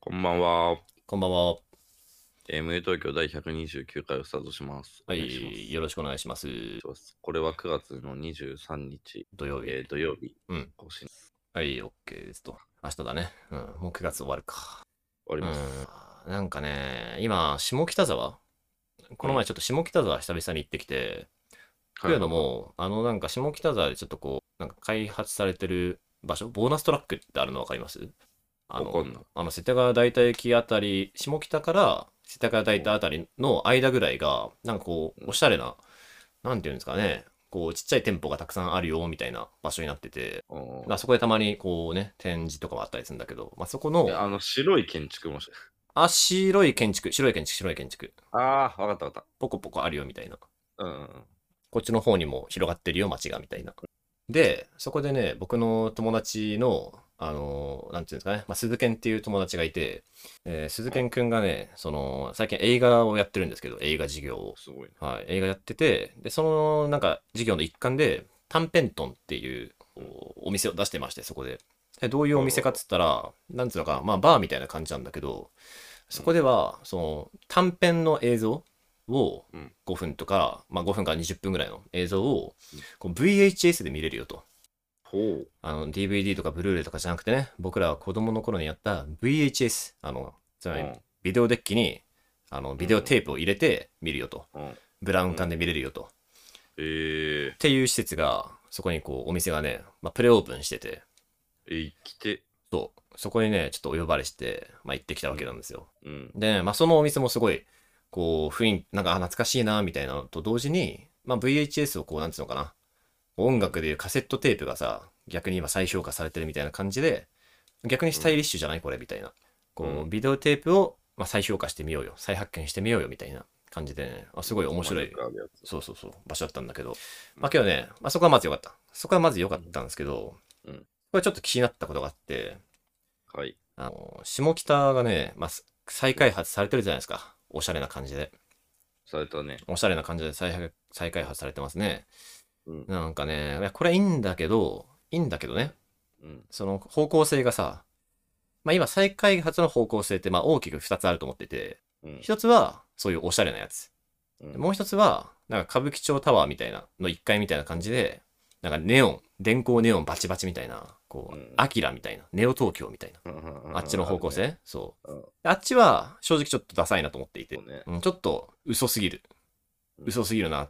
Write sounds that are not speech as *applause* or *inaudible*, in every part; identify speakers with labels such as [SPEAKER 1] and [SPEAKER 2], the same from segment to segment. [SPEAKER 1] こんばんは。
[SPEAKER 2] こんばんは。
[SPEAKER 1] MA 東京第129回をスタートします。
[SPEAKER 2] は
[SPEAKER 1] お願いします
[SPEAKER 2] い、よろしくお願いします。
[SPEAKER 1] しますこれは9月の23日、
[SPEAKER 2] 土曜日。
[SPEAKER 1] えー土曜日、
[SPEAKER 2] うん
[SPEAKER 1] 更新です
[SPEAKER 2] はい、OK ですと。明日だね。うん、もう9月終わるか。
[SPEAKER 1] 終
[SPEAKER 2] う
[SPEAKER 1] わります。
[SPEAKER 2] ん、なんかね、今、下北沢この前ちょっと下北沢久々に行ってきて、というのも、あのなんか下北沢でちょっとこう、なんか開発されてる場所、ボーナストラックってあるの分かりますあ
[SPEAKER 1] はい、
[SPEAKER 2] の
[SPEAKER 1] わかんない。
[SPEAKER 2] あの世田谷大田駅あたり下北から世田谷大田あたりの間ぐらいがなんかこうおしゃれななんていうんですかねこうちっちゃい店舗がたくさんあるよみたいな場所になってて
[SPEAKER 1] うん
[SPEAKER 2] あそこでたまにこうね展示とかもあったりするんだけど、まあ、そこ
[SPEAKER 1] え
[SPEAKER 2] の
[SPEAKER 1] あの白い建築もし
[SPEAKER 2] あ白い建築白い建築白い建築
[SPEAKER 1] ああ、わかったわかっ
[SPEAKER 2] ポコポコあるよみたいな
[SPEAKER 1] た。うん。
[SPEAKER 2] こっちの方にも広がってるよ街がみたいなでそこでね僕の友達のあのーなんていうんですかね、まあ、鈴賢っていう友達がいて、えー、鈴賢くんがねその最近映画をやってるんですけど映画事業を、
[SPEAKER 1] すごいね。
[SPEAKER 2] はい、映画やっててでそのなんか事業の一環でタンペントンっていうこうお店を出してましてそこででどういうお店かっつったらなんつうのかまあバーみたいな感じなんだけどそこではその短編の映像を
[SPEAKER 1] うん
[SPEAKER 2] 5分とか、まあ、5分から20分ぐらいの映像を
[SPEAKER 1] うん
[SPEAKER 2] こう VHS で見れるよと
[SPEAKER 1] ほう。
[SPEAKER 2] あの DVD とかブルーレイとかじゃなくてね僕らは子供の頃にやった VHS あのつまり
[SPEAKER 1] うん
[SPEAKER 2] ビデオデッキにあのビデオテープを入れて見るよと
[SPEAKER 1] うん、
[SPEAKER 2] ブラウン管で見れるよと、
[SPEAKER 1] え
[SPEAKER 2] っていう施設がそこにこうお店がね、まあ、プレオープンしてて
[SPEAKER 1] ー、え、来て。
[SPEAKER 2] そうそこにねちょっとお呼ばれして、まあ、行ってきたわけなんですよ、
[SPEAKER 1] うん。
[SPEAKER 2] でね、まあ、そのお店もすごいこう雰囲気なんかあ懐かしいなみたいなのと同時に、まあ、VHS をこうなんつうのかな音楽でいうカセットテープがさ逆に今再評価されてるみたいな感じで逆にスタイリッシュじゃないこれみたいなこ
[SPEAKER 1] う
[SPEAKER 2] うんビデオテープを、まあ、再評価してみようよ再発見してみようよみたいな感じでねあすごい面白い
[SPEAKER 1] マジックあるやつ
[SPEAKER 2] そうそうそう、場所だったんだけど、まあ今日ね、まあ、そこはまず良かった。そこはまず良かったんですけど、
[SPEAKER 1] うん
[SPEAKER 2] これちょっと気になったことがあって、
[SPEAKER 1] はい。
[SPEAKER 2] あの下北がね、まあ、す再開発されてるじゃないですか。おしゃれな感じで。
[SPEAKER 1] されたね。
[SPEAKER 2] おしゃれな感じで再再開発されてますね。
[SPEAKER 1] うん
[SPEAKER 2] なんかね、いやこれいいんだけど、いいんだけどね、
[SPEAKER 1] うん。
[SPEAKER 2] その方向性がさ、まあ今再開発の方向性ってまあ大きく2つあると思ってて、
[SPEAKER 1] うん。
[SPEAKER 2] 1つはそういうおしゃれなやつ。
[SPEAKER 1] うん
[SPEAKER 2] もう一つは、なんか歌舞伎町タワーみたいな、の1階みたいな感じで、なんかネオン、電光ネオンバチバチみたいな、こう
[SPEAKER 1] うん、
[SPEAKER 2] アキラみたいな、ネオ東京みたいな、あっちの方向性、
[SPEAKER 1] あるね
[SPEAKER 2] そう
[SPEAKER 1] うん。
[SPEAKER 2] であっちは、正直ちょっとダサいなと思っていて
[SPEAKER 1] そう、ね。
[SPEAKER 2] うん、ちょっと嘘すぎる。
[SPEAKER 1] うん
[SPEAKER 2] 嘘すぎるな。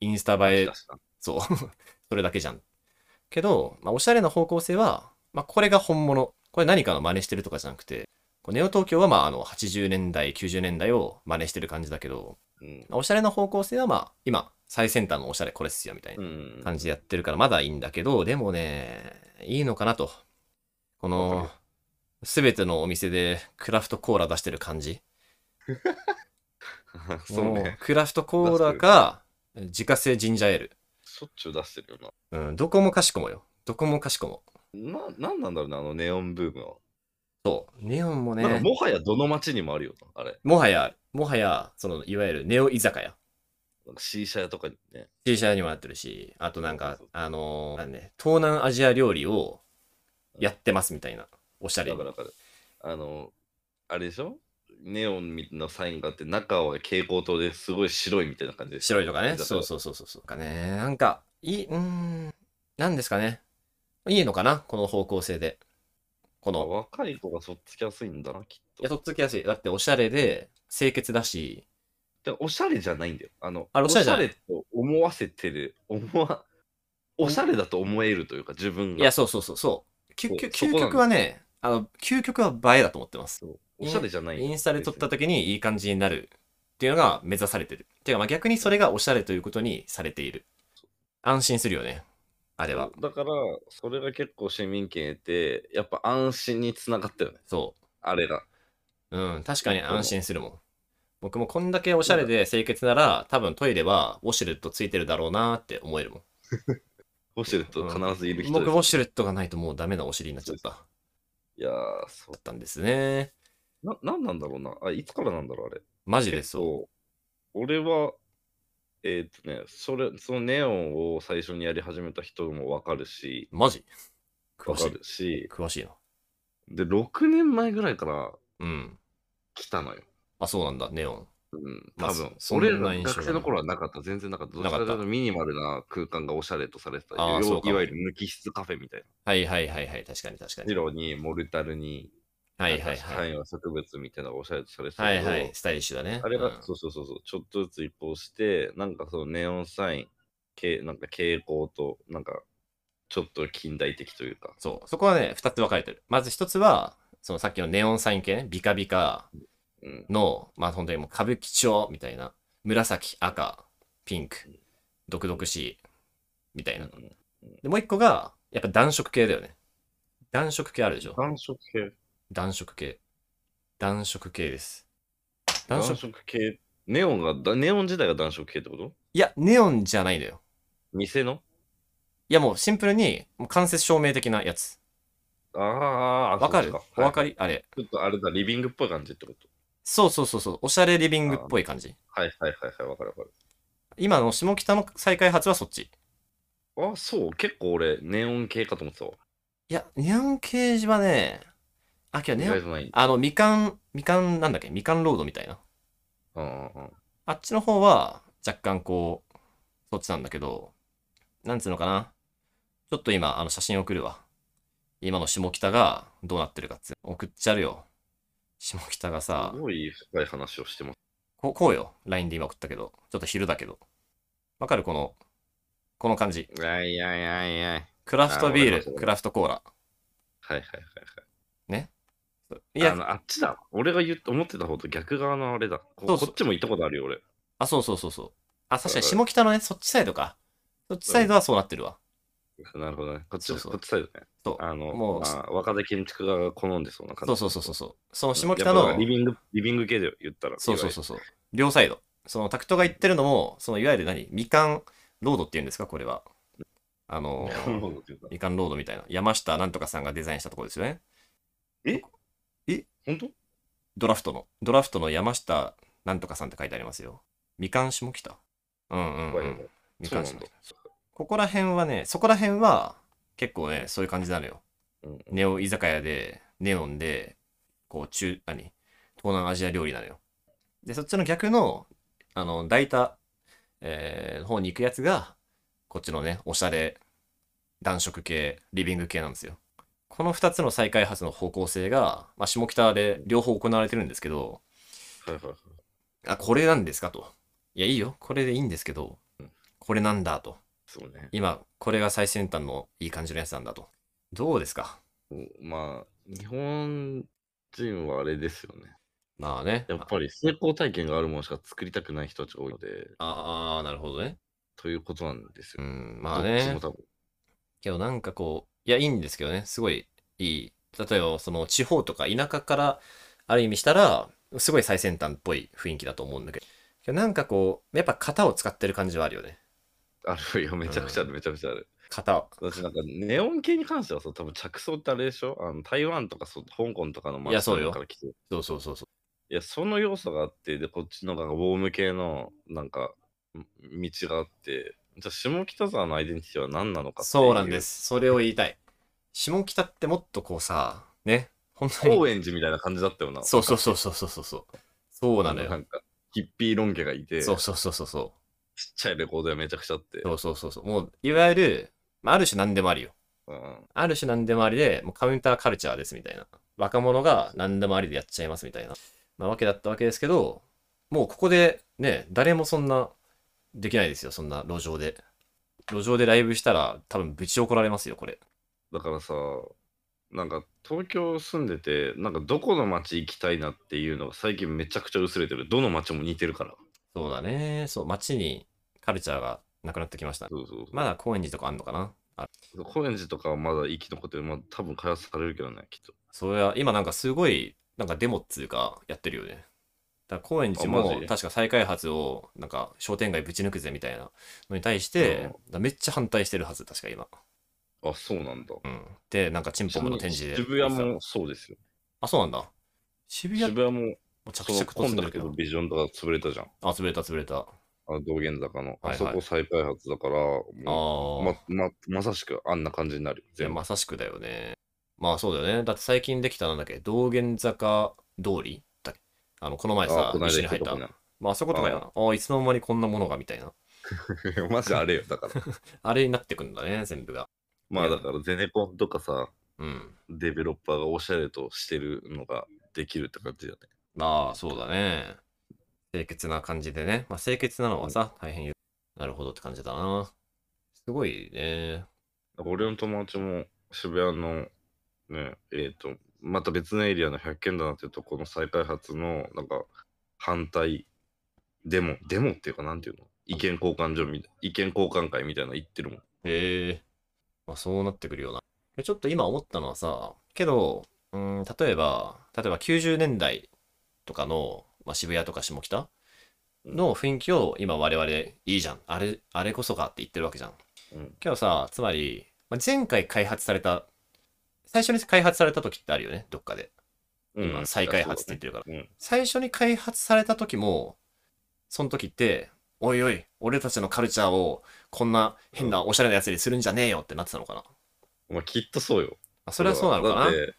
[SPEAKER 2] インスタ映え
[SPEAKER 1] 出、した
[SPEAKER 2] そう。 *laughs* それだけじゃん。けど、まあ、おしゃれな方向性は、まあ、これが本物。これ何かの真似してるとかじゃなくて、こうネオ東京は、まあ、あの、80年代、90年代を真似してる感じだけど、
[SPEAKER 1] うん
[SPEAKER 2] まあおしゃれな方向性はまあ今最先端のおしゃれこれっすよみたいな
[SPEAKER 1] うん。
[SPEAKER 2] 感じでやってるからまだいいんだけどでもねいいのかなと
[SPEAKER 1] わ
[SPEAKER 2] この
[SPEAKER 1] か
[SPEAKER 2] 全てのお店でクラフトコーラ出してる感じ
[SPEAKER 1] *laughs* そう
[SPEAKER 2] もう
[SPEAKER 1] ね。
[SPEAKER 2] クラフトコーラか自家製ジンジャーエール、
[SPEAKER 1] しょっちゅう出してるよな。
[SPEAKER 2] うん、どこもかしこもよどこもかしこも
[SPEAKER 1] な、なんなんだろうね、あのネオンブームは。
[SPEAKER 2] そうネオンも
[SPEAKER 1] なんか
[SPEAKER 2] ね
[SPEAKER 1] もはやどの町にもあるよな、あれ。
[SPEAKER 2] もはやもはやそのいわゆるネオ居酒屋
[SPEAKER 1] なんか C 社屋とかにね。
[SPEAKER 2] T シャツにもなってるしあとなん
[SPEAKER 1] そ
[SPEAKER 2] か
[SPEAKER 1] うそう
[SPEAKER 2] あのーなんね、東南アジア料理をやってますみたいなおしゃれ
[SPEAKER 1] だ
[SPEAKER 2] に
[SPEAKER 1] からから、あの、あれでしょネオンのサインがあって、中は蛍光灯ですごい白いみたいな感じで
[SPEAKER 2] 白いとかね。そう
[SPEAKER 1] う。
[SPEAKER 2] そうそうそうそう。かね。なんか、いい、うーん、なんですかね。いいのかなこの方向性で。この、
[SPEAKER 1] 若い子がそっつきやすいんだな、きっ
[SPEAKER 2] いや、
[SPEAKER 1] と。
[SPEAKER 2] とっつきやすい。だっておしゃれで、清潔だし、
[SPEAKER 1] でおしゃれじゃないんだよ。あの、
[SPEAKER 2] あれおしゃれじゃない
[SPEAKER 1] と思わせてる、思わ、おしゃれだと思えるというか、自分
[SPEAKER 2] い
[SPEAKER 1] が。
[SPEAKER 2] や、そうそうそう、そう。きゅきゅ
[SPEAKER 1] そうそこなん
[SPEAKER 2] 究
[SPEAKER 1] だ
[SPEAKER 2] 極はね、あの、究極は映えだと思ってます。
[SPEAKER 1] そうおしゃれじゃない。
[SPEAKER 2] インスタで撮った時にいい感じになるっていうのが目指されてる。ていうか、まあ逆にそれがおしゃれということにされている。安心するよね。あれは。
[SPEAKER 1] だから、それが結構市民権得て、やっぱ安心につながったよね、
[SPEAKER 2] そう。
[SPEAKER 1] あれが。
[SPEAKER 2] うん、確かに安心するもん。僕もこんだけおしゃれで清潔なら、多分トイレはウォシュレットついてるだろうなって思えるもん。
[SPEAKER 1] ウォシュレット必ずいる人です、
[SPEAKER 2] 僕、ウォシュレットがないともうダメなお尻になっちゃった。だ
[SPEAKER 1] いやー、そう
[SPEAKER 2] ったんですね。
[SPEAKER 1] な、なんなんだろうな。あ、いつからなんだろう、あれ。
[SPEAKER 2] マジでそう。
[SPEAKER 1] う。俺は、えーっ、とね、それ、そのネオンを最初にやり始めた人もわかるし、
[SPEAKER 2] マジ詳
[SPEAKER 1] わ
[SPEAKER 2] し
[SPEAKER 1] か
[SPEAKER 2] い。
[SPEAKER 1] るし、
[SPEAKER 2] 詳しいな。
[SPEAKER 1] で、6年前ぐらいから、
[SPEAKER 2] うん。
[SPEAKER 1] 来たのよ。
[SPEAKER 2] あ、そうなんだ、ネオン。
[SPEAKER 1] うん、
[SPEAKER 2] まあ
[SPEAKER 1] 多分、
[SPEAKER 2] そ
[SPEAKER 1] 俺
[SPEAKER 2] そんな
[SPEAKER 1] ら
[SPEAKER 2] 印象
[SPEAKER 1] 学生の頃はなかった、全然なかった。どっちかとい
[SPEAKER 2] な
[SPEAKER 1] う
[SPEAKER 2] か
[SPEAKER 1] とミニマルな空間がおしゃれとされてた。
[SPEAKER 2] あー
[SPEAKER 1] 要
[SPEAKER 2] そうか
[SPEAKER 1] いわゆる無機質カフェみたい
[SPEAKER 2] はいはいはいはい、確かに確か
[SPEAKER 1] な。
[SPEAKER 2] に
[SPEAKER 1] ジ。ローにモルタルに、
[SPEAKER 2] はいはい
[SPEAKER 1] な
[SPEAKER 2] は
[SPEAKER 1] ん
[SPEAKER 2] い。
[SPEAKER 1] か植物みたいなのがおしゃれとされてた
[SPEAKER 2] は
[SPEAKER 1] け
[SPEAKER 2] い
[SPEAKER 1] ど。
[SPEAKER 2] はい、スタイリッシュだね。
[SPEAKER 1] あれ
[SPEAKER 2] うん
[SPEAKER 1] が、そうそうそうそう、ちょっとずつ移行して、なんかそのネオンサイン、けなんか蛍光と、なんか、ちょっと近代的というか、
[SPEAKER 2] そう。そこはね、二つ分かれてる。まず一つは、そのさっきのネオンサイン系ね、ビカビカ
[SPEAKER 1] うん、
[SPEAKER 2] の、まあ本当にもう歌舞伎町みたいな、紫、赤、ピンク
[SPEAKER 1] うん、
[SPEAKER 2] 毒々しい、みたいな。
[SPEAKER 1] うん
[SPEAKER 2] で、もう一個が、やっぱ暖色系だよね。暖色系あるでしょ
[SPEAKER 1] 暖色系。
[SPEAKER 2] 暖色系。暖色系です。暖
[SPEAKER 1] 暖
[SPEAKER 2] 色
[SPEAKER 1] 色系。ネオンがだ、ネオン自体が暖色系ってこと
[SPEAKER 2] いや、ネオンじゃないのよ。
[SPEAKER 1] 店の
[SPEAKER 2] いやもうシンプルに、もう間接照明的なやつ。
[SPEAKER 1] あーあー、
[SPEAKER 2] わかるお分か
[SPEAKER 1] り
[SPEAKER 2] りあれ。
[SPEAKER 1] ちょっとあれだ、リビングっぽい感じってこと
[SPEAKER 2] そうそうそうそう。おしゃれリビングっぽい感じ。
[SPEAKER 1] はいはいはいはい、わかるわか
[SPEAKER 2] 今の下北の再開発はそっち。
[SPEAKER 1] る。あ、そう、結構俺、ネオン系かと思ってたわ。
[SPEAKER 2] いや、ネオンケージはね、あ、けど
[SPEAKER 1] 意
[SPEAKER 2] ネオ
[SPEAKER 1] 外
[SPEAKER 2] ン、
[SPEAKER 1] とない。
[SPEAKER 2] あの、みかん、みかんなんだっけみかんロードみたいな。
[SPEAKER 1] うんうんうん
[SPEAKER 2] あっちの方は、若干こう、そっちなんだけど、なんつうのかな。ちょっと今、あの、写真送るわ。今の下北がどうなってるかっつう送っちゃるよ。下北がさ
[SPEAKER 1] す、ごい深い話をしてます。
[SPEAKER 2] こうこうよ。LINE で今送ったけど、ちょっと昼だけど。わかるこの、この感じ。
[SPEAKER 1] いやいやいやいや。はい
[SPEAKER 2] クラフトビ
[SPEAKER 1] あわかりま
[SPEAKER 2] ー
[SPEAKER 1] すわ
[SPEAKER 2] ル、
[SPEAKER 1] かります
[SPEAKER 2] クラフトコーラ。
[SPEAKER 1] はいはいはい。
[SPEAKER 2] い
[SPEAKER 1] あ
[SPEAKER 2] や、
[SPEAKER 1] のあっちだ。俺が言う思ってた方と逆側のあれだ。こ
[SPEAKER 2] そうそう
[SPEAKER 1] こっちも行ったことあるよ、俺。
[SPEAKER 2] あ、そうそうそうそう。あ、確かに
[SPEAKER 1] はい
[SPEAKER 2] 下北のね、そっちサイドか。そっちサイドはそうなってるわ。
[SPEAKER 1] なるほどね。こっち、
[SPEAKER 2] そうそう
[SPEAKER 1] こっちサイドね。
[SPEAKER 2] そう。
[SPEAKER 1] あの、
[SPEAKER 2] もう
[SPEAKER 1] まあ、若手建築家が好んでそうな感
[SPEAKER 2] そう
[SPEAKER 1] じ。
[SPEAKER 2] そうそうそうそう。その
[SPEAKER 1] や
[SPEAKER 2] 下
[SPEAKER 1] っぱ
[SPEAKER 2] 北の、
[SPEAKER 1] リビング、リビング系だよ、言ったら。
[SPEAKER 2] そうそうそうそう。両サイド。そのタクトが言ってるのも、そのいわゆる何みかんロードっていうんですかこれは。あ
[SPEAKER 1] い
[SPEAKER 2] の
[SPEAKER 1] わゆる。なるほどっていうか
[SPEAKER 2] みかんロードみたいな。山下なんとかさんがデザインしたところですよね。
[SPEAKER 1] 本当
[SPEAKER 2] ドラフトの。ドラフトの山下なんとかさんって書いてありますよ。みかん下北。うんうん、う
[SPEAKER 1] はいはいは
[SPEAKER 2] ん
[SPEAKER 1] い。
[SPEAKER 2] み
[SPEAKER 1] そう
[SPEAKER 2] か
[SPEAKER 1] なんん
[SPEAKER 2] 下
[SPEAKER 1] だ
[SPEAKER 2] 北。。ここら辺はね、そこら辺は結構ね、そういう感じなのよ。
[SPEAKER 1] うん
[SPEAKER 2] ネオ居酒屋で、ネオンで、こう、中、何東南アジア料理なのよ。で、そっちの逆の、あの、大田、えー、方に行くやつが、こっちのね、おしゃれ、暖色系、リビング系なんですよ。この2つの再開発の方向性が、まあ、下北で両方行われてるんですけど、
[SPEAKER 1] はいはいはい。
[SPEAKER 2] あ、これなんですかと。いや、いいよ。これでいいんですけど
[SPEAKER 1] うん、
[SPEAKER 2] これなんだと。
[SPEAKER 1] そうね。
[SPEAKER 2] 今、これが最先端のいい感じのやつなんだと。どうですか
[SPEAKER 1] まあ、日本人はあれですよね。
[SPEAKER 2] まあね。
[SPEAKER 1] やっぱり成功体験があるものしか作りたくない人たちが多いので、
[SPEAKER 2] ああー、なるほどね。
[SPEAKER 1] ということなんです
[SPEAKER 2] う
[SPEAKER 1] よ。
[SPEAKER 2] ん、ま
[SPEAKER 1] ど
[SPEAKER 2] あ
[SPEAKER 1] っち
[SPEAKER 2] ね
[SPEAKER 1] も。多分。
[SPEAKER 2] けどなんかこう、いや、いいんですけどね。すごいいい。例えば、その地方とか田舎からある意味したら、すごい最先端っぽい雰囲気だと思うんだけど。けどなんかこう、やっぱ型を使ってる感じはあるよね。
[SPEAKER 1] あるよ、めちゃくちゃある、めちゃくちゃある。
[SPEAKER 2] 型。
[SPEAKER 1] 私なんかネオン系に関してはさ、多分着想ってあれでしょあの台湾とかそう香港とかの
[SPEAKER 2] いやそうよ
[SPEAKER 1] から来てる。
[SPEAKER 2] そうそうそうそ
[SPEAKER 1] いや、その要素があって、で、こっちのがウォーム系のなんかん道があって、じゃあ下北沢のアイデンティティは何なのかってい
[SPEAKER 2] う。そうなんで。す。それを言いたい。下北ってもっとこうさ、ね。本当に。
[SPEAKER 1] 高円寺みたいな感じだったよな。
[SPEAKER 2] そうそう
[SPEAKER 1] そ
[SPEAKER 2] そうそうそうそうそう。そう
[SPEAKER 1] う
[SPEAKER 2] なのよ
[SPEAKER 1] な。んか、ヒッピーロン毛がいて、ち
[SPEAKER 2] そ
[SPEAKER 1] っ
[SPEAKER 2] うそうそうそうそう。
[SPEAKER 1] ちゃいレコードがめちゃくちゃあって。
[SPEAKER 2] そうそうそうそう。もう、いわゆる、まあ、ある種何でもありよ。
[SPEAKER 1] うん
[SPEAKER 2] ある種何でもありで、もうカウンターカルチャーですみたいな。若者が何でもありでやっちゃいますみたいな、まあ、わけだったわけですけど、もうここでね、誰もそんな、できないですよ、そんな路上で。路上でライブしたら、多分ぶち怒られますよ、これ。
[SPEAKER 1] だからさ、なんか東京住んでて、なんかどこの街行きたいなっていうのが最近めちゃくちゃ薄れてる。どの街も似てるから。
[SPEAKER 2] そうだね。そう、街にカルチャーがなくなってきました。
[SPEAKER 1] そうそうそう
[SPEAKER 2] まだ高円寺とかあんのかな
[SPEAKER 1] 高円寺とかはまだ生き残ってる、まあ、多分開発されるけどね、きっと。
[SPEAKER 2] それは今なんかすごいなんかデモっつうかやってるよね。だから高円寺
[SPEAKER 1] あ
[SPEAKER 2] も
[SPEAKER 1] マジ
[SPEAKER 2] 確か再開発をなんか商店街ぶち抜くぜみたいなのに対して、
[SPEAKER 1] うん
[SPEAKER 2] だからめっちゃ反対してるはず確か今。
[SPEAKER 1] あ、そうなんだ。
[SPEAKER 2] うん、でなんかチンポムの展示で。
[SPEAKER 1] 渋谷もそうですよ。
[SPEAKER 2] あそうなんだ。渋谷
[SPEAKER 1] 渋
[SPEAKER 2] も
[SPEAKER 1] 谷も
[SPEAKER 2] う
[SPEAKER 1] そ
[SPEAKER 2] 着
[SPEAKER 1] の
[SPEAKER 2] 々と
[SPEAKER 1] 混
[SPEAKER 2] 進
[SPEAKER 1] ん
[SPEAKER 2] ん
[SPEAKER 1] だ
[SPEAKER 2] でる
[SPEAKER 1] け
[SPEAKER 2] け
[SPEAKER 1] ど
[SPEAKER 2] ど。
[SPEAKER 1] ビジョンとか潰れたじゃん。
[SPEAKER 2] あ潰れた潰れた。
[SPEAKER 1] あの道玄坂の。
[SPEAKER 2] はいは
[SPEAKER 1] あ
[SPEAKER 2] い
[SPEAKER 1] そこ再開発だから、
[SPEAKER 2] あ
[SPEAKER 1] もう
[SPEAKER 2] ー
[SPEAKER 1] まままさしくあんな感じになるよ。
[SPEAKER 2] いや
[SPEAKER 1] 全部
[SPEAKER 2] まさしくだよね。まあそうだよね。だって最近できたなんだっけ道玄坂通りだっけあの、この前
[SPEAKER 1] あ
[SPEAKER 2] さ、
[SPEAKER 1] この
[SPEAKER 2] 一
[SPEAKER 1] 間
[SPEAKER 2] 緒に入った。
[SPEAKER 1] 行
[SPEAKER 2] まあ、あそことかやな。ああ、いつの間にこんなものがみたいな。
[SPEAKER 1] たとこな *laughs* マジあれよ、だ
[SPEAKER 2] *laughs*
[SPEAKER 1] から。
[SPEAKER 2] あれになってくんだね、全部が。
[SPEAKER 1] まあだから、ゼネコンとかさ、
[SPEAKER 2] うん。
[SPEAKER 1] デベロッパーがおしゃれとしてるのができるって感じだよね。
[SPEAKER 2] まあ、そうだね。清潔な感じでね。まあ、清潔なのはさ、大変よ。なるほどって感じだな。すごいね。
[SPEAKER 1] 俺の友達も渋谷の、ね、えっ、と、また別のエリアの百軒棚っていうとこの再開発の、なんか、反対、デモ、デモっていうか、なんていうの意見交換所みたい、意見交換会みたいなの行ってるもん。
[SPEAKER 2] へえ。まあ、そうなってくるよな。でちょっと今思ったのはさ、けど、うん、例えば、例えば90年代とかの、まあ、渋谷とか下北の雰囲気を今我々いいじゃん。あれ、あれこそかって言ってるわけじゃん。
[SPEAKER 1] うん
[SPEAKER 2] けどさ、つまり、まあ、前回開発された、最初に開発された時ってあるよね、どっかで。今、再開発って言ってるから。
[SPEAKER 1] うん
[SPEAKER 2] 最初に開発された時も、その時って、おいおい、俺たちのカルチャーをこんな変なおしゃれなやつにするんじゃねえよってなってたのかな。
[SPEAKER 1] まあ、きっとそうよ。
[SPEAKER 2] あそれはそうなのか
[SPEAKER 1] だっ
[SPEAKER 2] な
[SPEAKER 1] て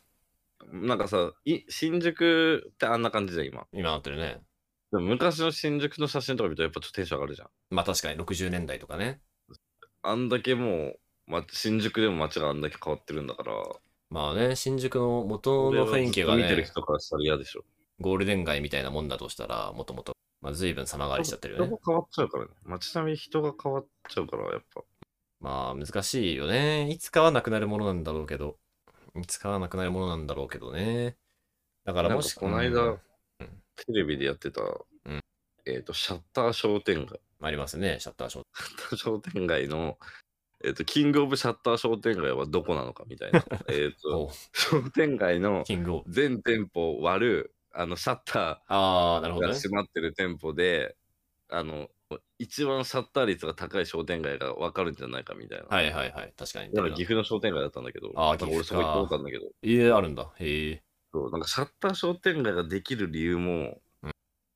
[SPEAKER 1] なんかさい、新宿ってあんな感じじゃん、今。
[SPEAKER 2] 今なってるね。
[SPEAKER 1] でも昔の新宿の写真とか見ると、やっぱちょっとテンション上がるじゃん。
[SPEAKER 2] まあ確かに60年代とかね。
[SPEAKER 1] あんだけもう、ま、新宿でも街があんだけ変わってるんだから、
[SPEAKER 2] まあね、新宿の元の雰囲気が
[SPEAKER 1] それをずっと見てる
[SPEAKER 2] ね、
[SPEAKER 1] 人からしたら嫌でしょ。
[SPEAKER 2] ゴールデン街みたいなもんだとしたら、もともと、まあ随分様変わりしちゃってるよ
[SPEAKER 1] 人が。
[SPEAKER 2] ね
[SPEAKER 1] 変わっちゃうからね。街並み人が変わっちゃうから、やっぱ。
[SPEAKER 2] まあ難しいよね。いつかはなくなるものなんだろうけど。いつかはなくなるものなんだろうけどね。だからもし
[SPEAKER 1] なんかこの間、
[SPEAKER 2] うん
[SPEAKER 1] テレビでやってた、
[SPEAKER 2] ん
[SPEAKER 1] えっ、と、シャッター商店街。
[SPEAKER 2] ありますね、シャッターショー。
[SPEAKER 1] シャッター商店街の、えっ、と、キングオブシャッター商店街はどこなのかみた
[SPEAKER 2] *laughs*
[SPEAKER 1] いな。えっと、
[SPEAKER 2] おう
[SPEAKER 1] 商店街の
[SPEAKER 2] キングオブ。
[SPEAKER 1] 全店舗を割る、あの、シャッタ
[SPEAKER 2] ああ、なる
[SPEAKER 1] ー
[SPEAKER 2] ほど
[SPEAKER 1] が
[SPEAKER 2] ね。
[SPEAKER 1] 閉まってる店舗で、あの、一番シャッター率が高い商店街が分かるんじゃないかみたいな。
[SPEAKER 2] はいはいはい、確かに。
[SPEAKER 1] だから岐阜の商店街だったんだけど、
[SPEAKER 2] あー
[SPEAKER 1] なんか俺
[SPEAKER 2] 岐阜
[SPEAKER 1] そ
[SPEAKER 2] か
[SPEAKER 1] こ行ったことあるんだけど、
[SPEAKER 2] いえ、あるんだ。へえ。
[SPEAKER 1] そうなんかシャッター商店街ができる理由も、
[SPEAKER 2] うん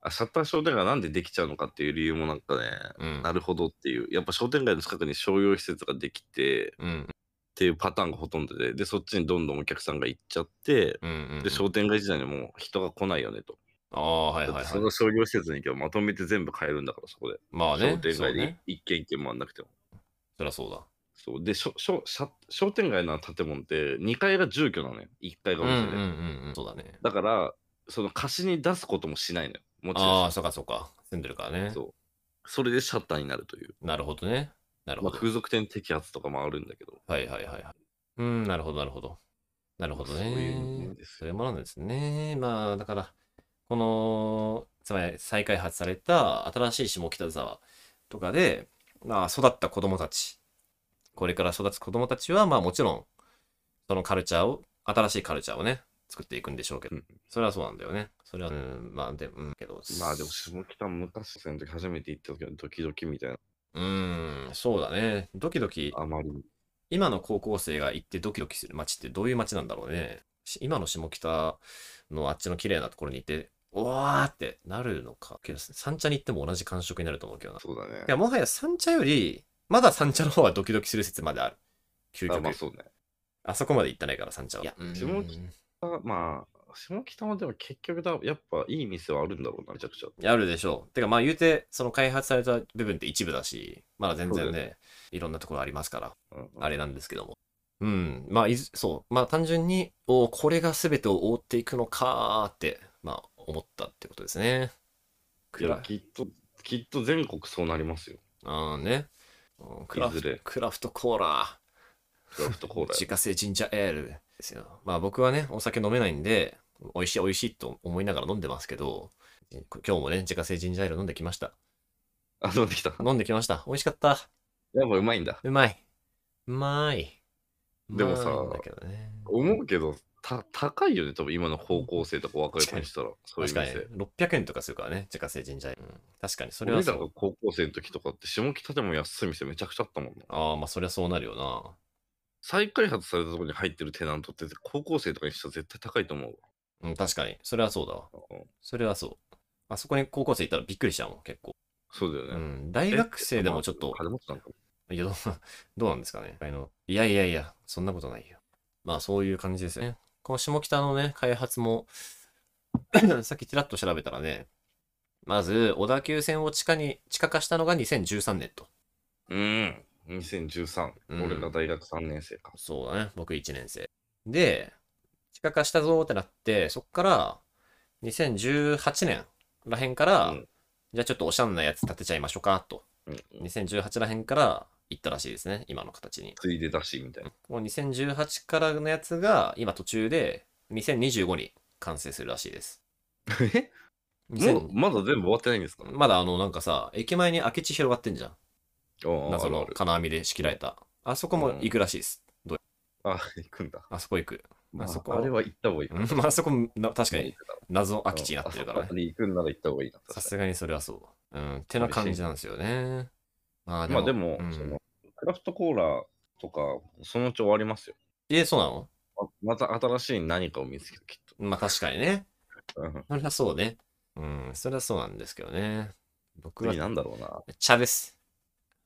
[SPEAKER 1] あ、シャッター商店街なんでできちゃうのかっていう理由もなんかね、
[SPEAKER 2] うん
[SPEAKER 1] な。るほどっていう、やっぱ商店街の近くに商業施設ができてっ
[SPEAKER 2] うん。
[SPEAKER 1] ていうパターンがほとんどで、で、そっちにどんどんお客さんが行っちゃって、
[SPEAKER 2] うんうん。
[SPEAKER 1] で、商店街時代にもう人が来ないよねと。
[SPEAKER 2] ああ、はい
[SPEAKER 1] だ
[SPEAKER 2] は
[SPEAKER 1] っ
[SPEAKER 2] い
[SPEAKER 1] てそ
[SPEAKER 2] はい
[SPEAKER 1] の。商業施設に今日まとめて全部買えるんだから、そこで。
[SPEAKER 2] まあ
[SPEAKER 1] 商
[SPEAKER 2] ね、
[SPEAKER 1] 店
[SPEAKER 2] そう
[SPEAKER 1] 街で
[SPEAKER 2] ね。
[SPEAKER 1] 一軒一軒回んなくても。
[SPEAKER 2] そりゃそうだ。
[SPEAKER 1] そうでしょしょしゃ商店街の建物って2階が住居なのよ1階がお
[SPEAKER 2] うんうん
[SPEAKER 1] 店で、
[SPEAKER 2] うんうん。そうだね。
[SPEAKER 1] だからその貸しに出すこともしないのよもち
[SPEAKER 2] あ
[SPEAKER 1] ろ
[SPEAKER 2] あ、そうかそうか。住んでるからね
[SPEAKER 1] ん。そうそれでシャッターになるという、
[SPEAKER 2] なるほどね。なる
[SPEAKER 1] まあ、
[SPEAKER 2] ほど。
[SPEAKER 1] 風俗店摘発とかもあるんだけど
[SPEAKER 2] はいはいはいはい。うん、なるほどなるほど。なるほどね。
[SPEAKER 1] そういうのです
[SPEAKER 2] そういうものなんですね。まあだから、この、つまり再開発された新しい下北沢とかで、まあ育った子供たち、これから育つ子供たちは、まあもちろん、そのカルチャーを、新しいカルチャーをね、作っていくんでしょうけど、
[SPEAKER 1] うん
[SPEAKER 2] それはそうなんだよね。それは、うん、まあでも、うん、けど、
[SPEAKER 1] まあでも下北昔の時初めて行った時のドキドキみたいな
[SPEAKER 2] うん、そうだね。ドキドキ
[SPEAKER 1] あまり
[SPEAKER 2] 今の高校生が行ってドキドキする街ってどういう街なんだろうね。し今の下北のあっちの綺麗なところに行って、おわーってなるのか。けど、三茶に行っても同じ感触になると思うけどな。い
[SPEAKER 1] そうだね
[SPEAKER 2] や、もはや三茶より、まだ三茶の方はドキドキする説まである。究
[SPEAKER 1] あ
[SPEAKER 2] 極。
[SPEAKER 1] まあ
[SPEAKER 2] あ
[SPEAKER 1] そうね
[SPEAKER 2] そこまで行ってないから、三茶は。いや、
[SPEAKER 1] 下北あまあ下北もでも結局だやっぱいい店はあるんだろうなめちゃくちゃ
[SPEAKER 2] あるでしょう。てか、まあ言うて、その開発された部分って一部だし、まだ全
[SPEAKER 1] そ
[SPEAKER 2] 然
[SPEAKER 1] うだ
[SPEAKER 2] ね、いろんなところありますから。
[SPEAKER 1] うん
[SPEAKER 2] あれなんですけども。うん。まあ、いずそう。まあ、単純に、おーこれが全てを覆っていくのかーって、まあ、思ったってことですね。
[SPEAKER 1] い
[SPEAKER 2] ク
[SPEAKER 1] や
[SPEAKER 2] ラ
[SPEAKER 1] きっときっと全国そうなりますよ
[SPEAKER 2] あーね。うんクラフ
[SPEAKER 1] いずれ
[SPEAKER 2] ト、クラフトコーラ、
[SPEAKER 1] クラフトコーラ
[SPEAKER 2] 自家製ジンジャーエールですよ。まあ、僕はね、お酒飲めないんで、美味しい美味しいと思いながら飲んでますけど、今日もね、自家製ジンジャーエール飲んできました。
[SPEAKER 1] あ飲んできたやっ
[SPEAKER 2] 飲んできました。美味しかった。
[SPEAKER 1] ぱうまいんだ
[SPEAKER 2] うまい。うまい。
[SPEAKER 1] でもさ
[SPEAKER 2] うまいんだけどね
[SPEAKER 1] 思うけど、た高いよね、多分今の高校生とか若い子にしたら、そういう
[SPEAKER 2] 確かに
[SPEAKER 1] 店。
[SPEAKER 2] 600円とかするからね、自家製ジンジャーエール。うん確かに、それ
[SPEAKER 1] 俺
[SPEAKER 2] は
[SPEAKER 1] ら
[SPEAKER 2] そ
[SPEAKER 1] が
[SPEAKER 2] う。
[SPEAKER 1] 高校生の時とかって、下北でも安い店めちゃくちゃあったもんな。
[SPEAKER 2] ああ、まあそりゃそうなるよな。
[SPEAKER 1] 再開発されたところに入ってるテナントって、高校生とかにしたら絶対高いと思う
[SPEAKER 2] うん、確かに。それはそうだわ。
[SPEAKER 1] わ。
[SPEAKER 2] それはそう。あそこに高校生行ったらびっくりしちゃうもん、結構。
[SPEAKER 1] そうだよね。
[SPEAKER 2] うん、大学生でもちょっと、
[SPEAKER 1] 金持ちなんかも
[SPEAKER 2] いや、どう *laughs* どうなんですかね。あのいやいやいや、そんなことないよ。まあそういう感じですよね。この下北のね、開発も、 *coughs* さっきちらっと調べたらね、まず、小田急線を地下に、地下化したのが2013年と。
[SPEAKER 1] うん。2013、
[SPEAKER 2] うん
[SPEAKER 1] 俺が大学3年生か。
[SPEAKER 2] そうだね、僕1年生。で、地下化したぞーってなって、そっから、2018年らへんから、
[SPEAKER 1] うん
[SPEAKER 2] じゃあちょっとおしゃんなやつ建てちゃいましょうか、と。
[SPEAKER 1] うん
[SPEAKER 2] 2018らへんから行ったらしいですね、今の形に。
[SPEAKER 1] ついでだし、みたいな。
[SPEAKER 2] もう2018からのやつが、今途中で、2025に完成するらしいです。
[SPEAKER 1] *laughs* えもう
[SPEAKER 2] 2000
[SPEAKER 1] まだ全部終わってないんですか
[SPEAKER 2] まだあの、なんかさ、駅前に空き地広がってんじゃん。
[SPEAKER 1] ああ、あ
[SPEAKER 2] 謎
[SPEAKER 1] る
[SPEAKER 2] の
[SPEAKER 1] ある。
[SPEAKER 2] 金網で仕切られた。あそこも行くらしいです。
[SPEAKER 1] あ、行くんだ。
[SPEAKER 2] あそこ行く。
[SPEAKER 1] まあ、
[SPEAKER 2] そ
[SPEAKER 1] そ
[SPEAKER 2] こ
[SPEAKER 1] こあれは行った方がいいな。
[SPEAKER 2] うんまああそこもな、確かに
[SPEAKER 1] 行くだろう
[SPEAKER 2] 謎の空き地になってるか
[SPEAKER 1] あ
[SPEAKER 2] ら
[SPEAKER 1] そ
[SPEAKER 2] ね。
[SPEAKER 1] こに行くんなら行った方がいいな。
[SPEAKER 2] さすがにそれはそう。うん、ってな感じなんですよね。まあ
[SPEAKER 1] まあでも、
[SPEAKER 2] うん
[SPEAKER 1] その、クラフトコーラとか、そのうち終わりますよ。
[SPEAKER 2] え、そうなの
[SPEAKER 1] ままた新しい何かを見つける、きっ
[SPEAKER 2] まあ確かにね。
[SPEAKER 1] と。うん
[SPEAKER 2] それはそうね。うん、それはそうなんですけどね。僕
[SPEAKER 1] 次な
[SPEAKER 2] は
[SPEAKER 1] んだろうな。
[SPEAKER 2] 茶です。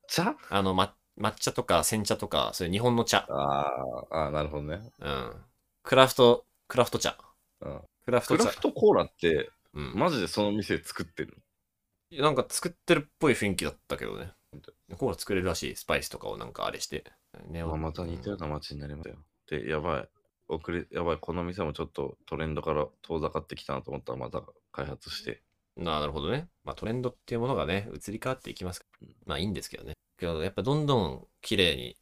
[SPEAKER 1] 茶
[SPEAKER 2] あの、ま、抹茶とか煎茶とか、そういう日本の茶。
[SPEAKER 1] あーあー、なるほどね。
[SPEAKER 2] うん。クラフト、クラフト茶。
[SPEAKER 1] うん
[SPEAKER 2] クラフ
[SPEAKER 1] ク
[SPEAKER 2] ト
[SPEAKER 1] ラ
[SPEAKER 2] 茶。
[SPEAKER 1] フトコーラって、
[SPEAKER 2] うん。
[SPEAKER 1] マジでその店作ってる
[SPEAKER 2] なんか作ってるっぽい雰囲気だったけどね
[SPEAKER 1] 本当。
[SPEAKER 2] コーラ作れるらしい。スパイスとかをなんかあれして。ね
[SPEAKER 1] の。まあ、また似たような街になりましたよ。で、やばい。遅れ、やばい。この店もちょっとトレンドから遠ざかってきたなと思ったら、また開発して。
[SPEAKER 2] ななるほどね。まあトレンドっていうものがね、移り変わっていきますから。まあいいんですけどね。けどやっぱどんどん綺麗に、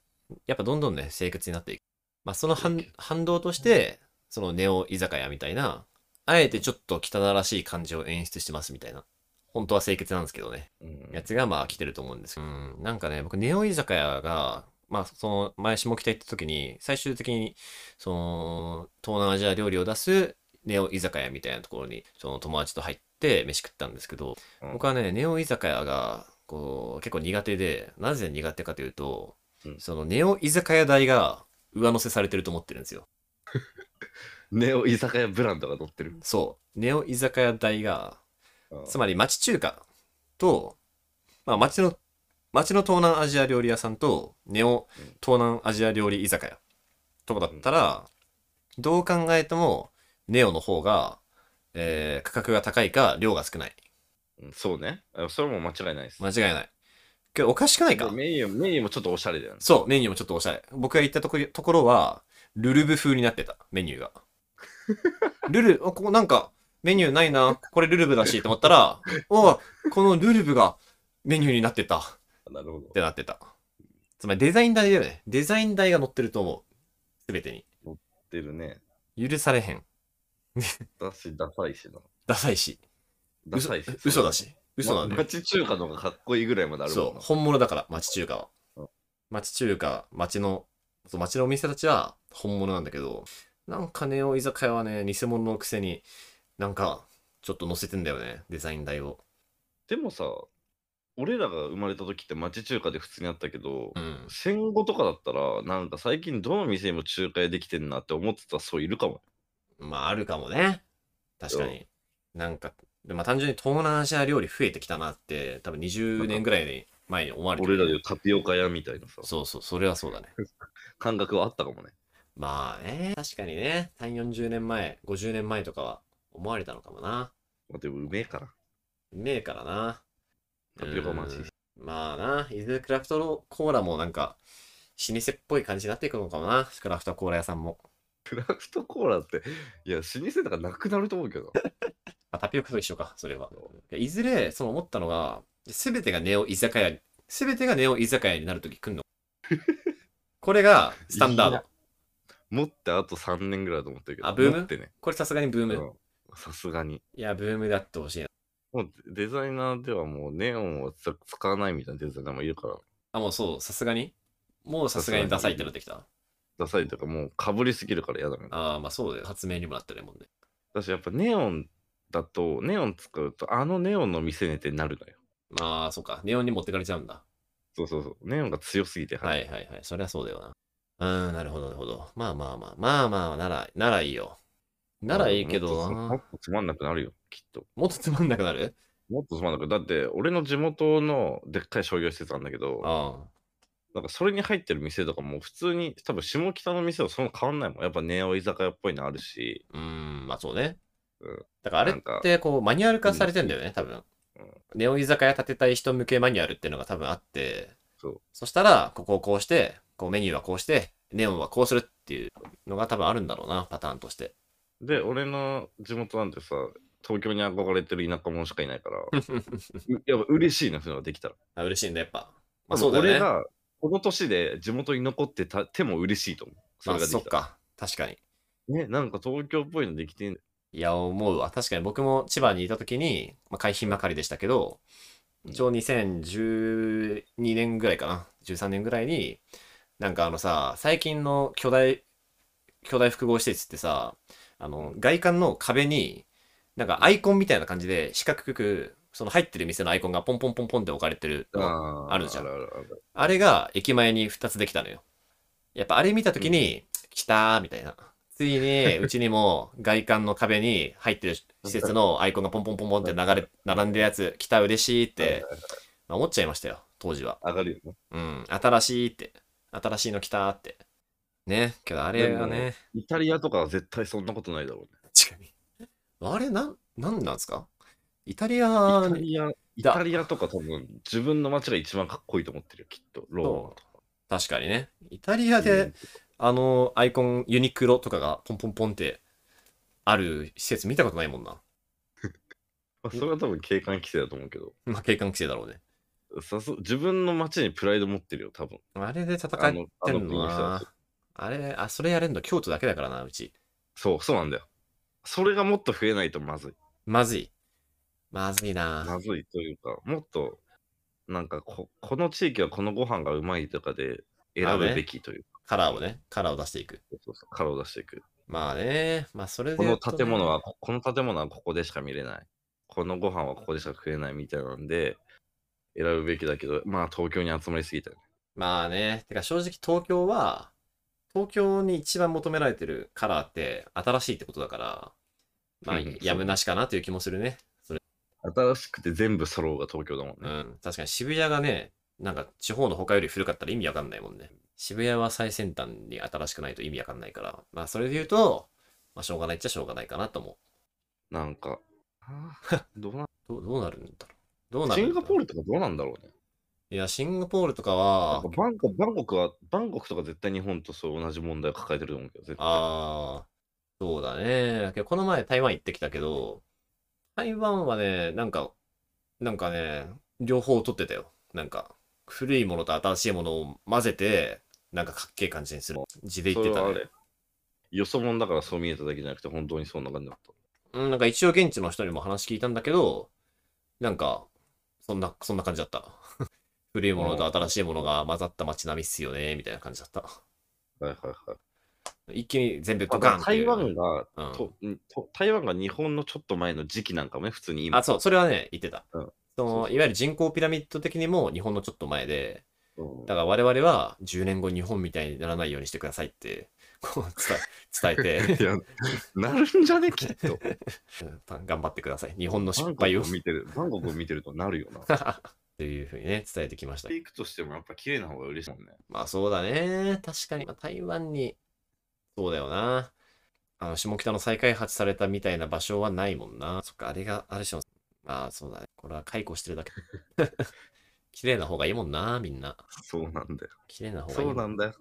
[SPEAKER 2] やっぱどんどんね、清潔になっていく。まあその反反動として、そのネオ居酒屋みたいな、あえてちょっと汚らしい感じを演出してますみたいな。本当は清潔なんですけどね。
[SPEAKER 1] うん
[SPEAKER 2] やつがまあ来てると思うんですけど、うん、なんかね僕ネオ居酒屋がまあその前下北行った時に最終的にその東南アジア料理を出すネオ居酒屋みたいなところにその友達と入って飯食ったんですけど、
[SPEAKER 1] うん
[SPEAKER 2] 僕はねネオ居酒屋がこう結構苦手でなぜ苦手かというと、
[SPEAKER 1] うん
[SPEAKER 2] そのネオ居酒屋代が上乗せされてると思ってるんですよ
[SPEAKER 1] ネオ居酒屋ブランドが乗ってる。
[SPEAKER 2] そうネオ居酒屋代が
[SPEAKER 1] うん
[SPEAKER 2] つまり町中華と、まあ、町の町の東南アジア料理屋さんとネオ
[SPEAKER 1] うん
[SPEAKER 2] 東南アジア料理居酒屋とかだったら、どう考えてもネオの方が、えー価格が高いか量が少ない
[SPEAKER 1] うんそうね。あそれはもう間違いないです。
[SPEAKER 2] 間違いないけどおかしくないか
[SPEAKER 1] でメニュー、メニューもちょっとおしゃれだよね。
[SPEAKER 2] そうメニューもちょっとおしゃれ僕が行ったとこところはルルブ風になってたメニ
[SPEAKER 1] *laughs*
[SPEAKER 2] ューがルルあここなんかメニューないなこれルルブだしと思ったらおうこのルルブがメニューになってた
[SPEAKER 1] なるほ
[SPEAKER 2] ってなってた。つまりデザイン代だよね。デザイン代が乗ってると思う。すべてに。
[SPEAKER 1] ど。るね。
[SPEAKER 2] 許されへん。
[SPEAKER 1] だし、ダサいしな。
[SPEAKER 2] ダサいし。
[SPEAKER 1] ダサいし。
[SPEAKER 2] 嘘だし。嘘なん
[SPEAKER 1] ま
[SPEAKER 2] だよ。
[SPEAKER 1] 町中華の方がかっこいいぐらいまであるもん
[SPEAKER 2] そう。
[SPEAKER 1] な。
[SPEAKER 2] 本物だから、町中華
[SPEAKER 1] う
[SPEAKER 2] は
[SPEAKER 1] ん。
[SPEAKER 2] 町中華、町の、そう町のお店たちは本物なんだけど、なんかね、居酒屋はね、偽物のくせに、なんか、ちょっと載せてんだよね。デザイン代を。
[SPEAKER 1] でもさ、俺らが生まれた時って町中華で普通にあったけど、
[SPEAKER 2] うん。
[SPEAKER 1] 戦後とかだったら、なんか最近どの店にも中華屋できてんなって思ってた人いるかも。
[SPEAKER 2] まあ、あるかもね。確かに。なんか、でまあ単純に東南アジア料理増えてきたなって、多分20年ぐらいに前に思われて
[SPEAKER 1] 俺らでいうタピオカ屋みたいなさ、
[SPEAKER 2] そうそう、それはそうだね。
[SPEAKER 1] 感覚はあったかもね。
[SPEAKER 2] まあね、確かにね、3、40年前、50年前とかは思われたのかもな。
[SPEAKER 1] まあ、でもうめえから。
[SPEAKER 2] うめえからな。
[SPEAKER 1] タピオカマジ
[SPEAKER 2] うんまあな、いずれクラフトのコーラもなんか、老舗っぽい感じになっていくのかもな、クラフトコーラ屋さんも。
[SPEAKER 1] クラフトコーラって、いや、老舗だからなくなると思うけど。
[SPEAKER 2] あ、タピオカと一緒か、それは。いずれ、その思ったのが、すべてがネオ居酒屋に、すべてがネオ居酒屋になるとき
[SPEAKER 1] *laughs*
[SPEAKER 2] 来んの。これがスタンダー
[SPEAKER 1] い
[SPEAKER 2] ド
[SPEAKER 1] や。持ってあと3年ぐらいだと思ってるけど。
[SPEAKER 2] あブーム
[SPEAKER 1] 持ってね。
[SPEAKER 2] これさすがにブーム。
[SPEAKER 1] うんさすがに。
[SPEAKER 2] いや、ブームであってほしいな。
[SPEAKER 1] もうデザイナーではもうネオンを使使わないみたいなデザイナーもいるから、
[SPEAKER 2] あ、もうそう、さすがにもうさすがにダサいってなってきた。
[SPEAKER 1] ダサいというかもうかぶりすぎるから嫌だね。
[SPEAKER 2] ああ、まあそうだよ。発明にもなってるもんね。
[SPEAKER 1] だしやっぱネオンだと、ネオン使うとあのネオンの店ねってなるのよ。
[SPEAKER 2] まあ、そうか。ネオンに持ってかれちゃうんだ。
[SPEAKER 1] そうそうそう。ネオンが強すぎて、
[SPEAKER 2] はいはいはい。そりゃそうだよな。うん、なるほど、なるほど。まあまあまあ。まあまあ、なら、ならいいよ。ならいいけど
[SPEAKER 1] もっとも
[SPEAKER 2] な
[SPEAKER 1] っ。とつまんなくなるよ、きっと。
[SPEAKER 2] もっとつまんなくなる
[SPEAKER 1] もっとつまんなくだって、俺の地元のでっかい商業施設なんだけど、
[SPEAKER 2] ああ。
[SPEAKER 1] なんかそれに入ってる店とかも普通に、多分下北の店はそんな変わんないもん。やっぱネオ居酒屋っぽいのあるし、
[SPEAKER 2] うーん、まあそうね。だからあれっ
[SPEAKER 1] なん
[SPEAKER 2] てこうマニュアル化されてんだよね、多分
[SPEAKER 1] うん。
[SPEAKER 2] ネオ居酒屋建てたい人向けマニュアルっていうのが多分あって、
[SPEAKER 1] そう
[SPEAKER 2] したら、ここをこうして、こうメニューはこうして、ネオンはこうするっていうのが多分あるんだろうな、パターンとして。
[SPEAKER 1] で、俺の地元なんてさ、東京に憧れてる田舎者しかいない
[SPEAKER 2] *laughs*
[SPEAKER 1] から、うやっぱ嬉しいな、そういうのができたら。
[SPEAKER 2] あ嬉しいんだ、やっぱ。
[SPEAKER 1] ま
[SPEAKER 2] まあ
[SPEAKER 1] あ、
[SPEAKER 2] そうだよね。
[SPEAKER 1] 俺がこの年で地元に残ってたても嬉しいと思う。それ
[SPEAKER 2] まあ
[SPEAKER 1] ができ
[SPEAKER 2] そった
[SPEAKER 1] ら。
[SPEAKER 2] か。確かに。
[SPEAKER 1] ね、なんか東京っぽいのできてん
[SPEAKER 2] いや、思うわ。確かに僕も千葉にいた時に、まあ、海浜ばかりでしたけど、一応2012年ぐらいかな。13年ぐらいに、なんかあのさ、最近の巨大、巨大複合施設ってさ、あの、外観の壁に、なんかアイコンみたいな感じで四角く、その入ってる店のアイコンがポンポンポンポンって置かれてるの
[SPEAKER 1] あー
[SPEAKER 2] あるじゃん
[SPEAKER 1] あるある
[SPEAKER 2] あれが駅前に2つできたのよ。やっぱあれ見たときに、来たーみたいな。つ
[SPEAKER 1] *laughs*
[SPEAKER 2] いに、うちにも外観の壁に入ってる施設のアイコンがポンポンポンポンって流れ、並んでるやつ、来た嬉しいっ
[SPEAKER 1] はいはい
[SPEAKER 2] て、まあ思っちゃいましたよ、当時は。
[SPEAKER 1] 上がるよね。
[SPEAKER 2] うん、新しいって。新しいの来たーって。ね、けどあれは
[SPEAKER 1] で
[SPEAKER 2] ね、
[SPEAKER 1] イタリアとかは絶対そんなことないだろ
[SPEAKER 2] 確かに。あれ、なん、なんなんですかイタリ
[SPEAKER 1] う
[SPEAKER 2] ア
[SPEAKER 1] ね。イタリア、イタリアとか多分自分の街が一番かっこいいと思ってるよ、きっと。ロ
[SPEAKER 2] 確かにね。イタリ
[SPEAKER 1] ー
[SPEAKER 2] ア
[SPEAKER 1] マ
[SPEAKER 2] で、
[SPEAKER 1] うん
[SPEAKER 2] あのアイコンユニクロとかがポンポンポンってある施設見たことないもんな。 *laughs*
[SPEAKER 1] まあそれは多分景観規制だと思うけど。
[SPEAKER 2] まあ、景観規制だろうね。
[SPEAKER 1] さす自分の街にプライド持ってるよ、多分。
[SPEAKER 2] あれで戦って
[SPEAKER 1] あ
[SPEAKER 2] ん
[SPEAKER 1] の、あの国
[SPEAKER 2] の
[SPEAKER 1] の人た
[SPEAKER 2] な
[SPEAKER 1] ち。。
[SPEAKER 2] あれ、あ、それやれんの京都だけだからな、うち。
[SPEAKER 1] そう、そうなんだよ。それがもっと増えないとまずい。
[SPEAKER 2] まずい。まずいな。
[SPEAKER 1] まずいというか、もっと、なんかこ、この地域はこのご飯がうまいとかで選ぶべきというか、
[SPEAKER 2] カラーをね、カラーを出していく。
[SPEAKER 1] そうそう殻を出していく。
[SPEAKER 2] まあね、まあそれで
[SPEAKER 1] こ
[SPEAKER 2] 言
[SPEAKER 1] の
[SPEAKER 2] うとね、
[SPEAKER 1] 建物は、ここの建物はここでしか見れない。このご飯はここでしか食えないみたいなんで、選ぶべきだけど、まあ東京に集まりすぎたよね。
[SPEAKER 2] まあね、てか正直東京は、東京に一番求められてるカラーって新しいってことだから、まあ
[SPEAKER 1] うんうん
[SPEAKER 2] やむなしかなという気もするね。
[SPEAKER 1] 新しくて全部揃うが東京だもん
[SPEAKER 2] う
[SPEAKER 1] ね。
[SPEAKER 2] ん、確かに渋谷がね、なんか地方の他より古かったら意味わかんないもんね。渋谷は最先端に新しくないと意味わかんないから、まあそれで言うと、まあしょうがないっちゃしょうがないかなと思
[SPEAKER 1] なん
[SPEAKER 2] *laughs*
[SPEAKER 1] か、あーどうなん
[SPEAKER 2] う。どうどうなるんだろう。 *laughs* どうなる
[SPEAKER 1] シ
[SPEAKER 2] ん
[SPEAKER 1] ン
[SPEAKER 2] だろ
[SPEAKER 1] ガ
[SPEAKER 2] う
[SPEAKER 1] ポールとかどうなんだろうね。
[SPEAKER 2] いや、シンガポールとか
[SPEAKER 1] なん
[SPEAKER 2] は
[SPEAKER 1] か、バンコクバンコクは、バンコクとか絶対日本とそう同じ問題を抱えてると思うけど、絶対。
[SPEAKER 2] ああ、そうだね。けどこの前台湾行ってきたけど、台湾はね、なんか、なんかね、両方取ってたよ。なんか、古いものと新しいものを混ぜて、なんかかっけえ感じにする。字で言
[SPEAKER 1] そ
[SPEAKER 2] って
[SPEAKER 1] れ
[SPEAKER 2] た
[SPEAKER 1] はあ
[SPEAKER 2] ね。
[SPEAKER 1] れ。よそ者だからそう見えただけじゃなくて、本当にそんな感じだった。
[SPEAKER 2] うん、なんか一応現地の人にも話聞いたんだけど、なんか、そんな、そんな感じだった。 *laughs* 古いものと新しいものが混ざった街並みっすよね、みたいな感じだった。
[SPEAKER 1] はいはいはい。
[SPEAKER 2] 一気に全部ド
[SPEAKER 1] だ
[SPEAKER 2] カ
[SPEAKER 1] か
[SPEAKER 2] ン
[SPEAKER 1] ら
[SPEAKER 2] って
[SPEAKER 1] 台
[SPEAKER 2] い
[SPEAKER 1] 湾
[SPEAKER 2] う。
[SPEAKER 1] が、
[SPEAKER 2] うん
[SPEAKER 1] とと台湾が日本のちょっと前の時期なんかもね、普通に今
[SPEAKER 2] あ、。そう、それはね、言ってた。
[SPEAKER 1] うん
[SPEAKER 2] その
[SPEAKER 1] そうそう
[SPEAKER 2] いわゆる人口ピラミッド的にも日本のちょっと前で、
[SPEAKER 1] うん
[SPEAKER 2] だから我々は10年後日本みたいにならないようにしてくださいって、こう伝え伝え
[SPEAKER 1] *laughs* い
[SPEAKER 2] て、
[SPEAKER 1] や、なるんじゃね、きっと。
[SPEAKER 2] うん頑張ってください。日本の
[SPEAKER 1] バ
[SPEAKER 2] *laughs* 失
[SPEAKER 1] ンコ
[SPEAKER 2] 敗
[SPEAKER 1] ク
[SPEAKER 2] を
[SPEAKER 1] を。見てる、バンコクを見てるとなるよな。
[SPEAKER 2] *laughs* というふうにね、伝えてきました。
[SPEAKER 1] 行くとしてもやっぱ綺麗な方が嬉しいもんね。
[SPEAKER 2] まあそうだね。確かに。まあ、台湾に、そうだよな。あの、下北の再開発されたみたいな場所はないもんな。そっか、あれが、ある種の、まあそうだね。これは解雇してるだけ。 *laughs* 綺麗な方がいいもんな、みんな。
[SPEAKER 1] そうなんだよ。
[SPEAKER 2] 綺麗な方がいい
[SPEAKER 1] そ
[SPEAKER 2] も。
[SPEAKER 1] うんなんだよ。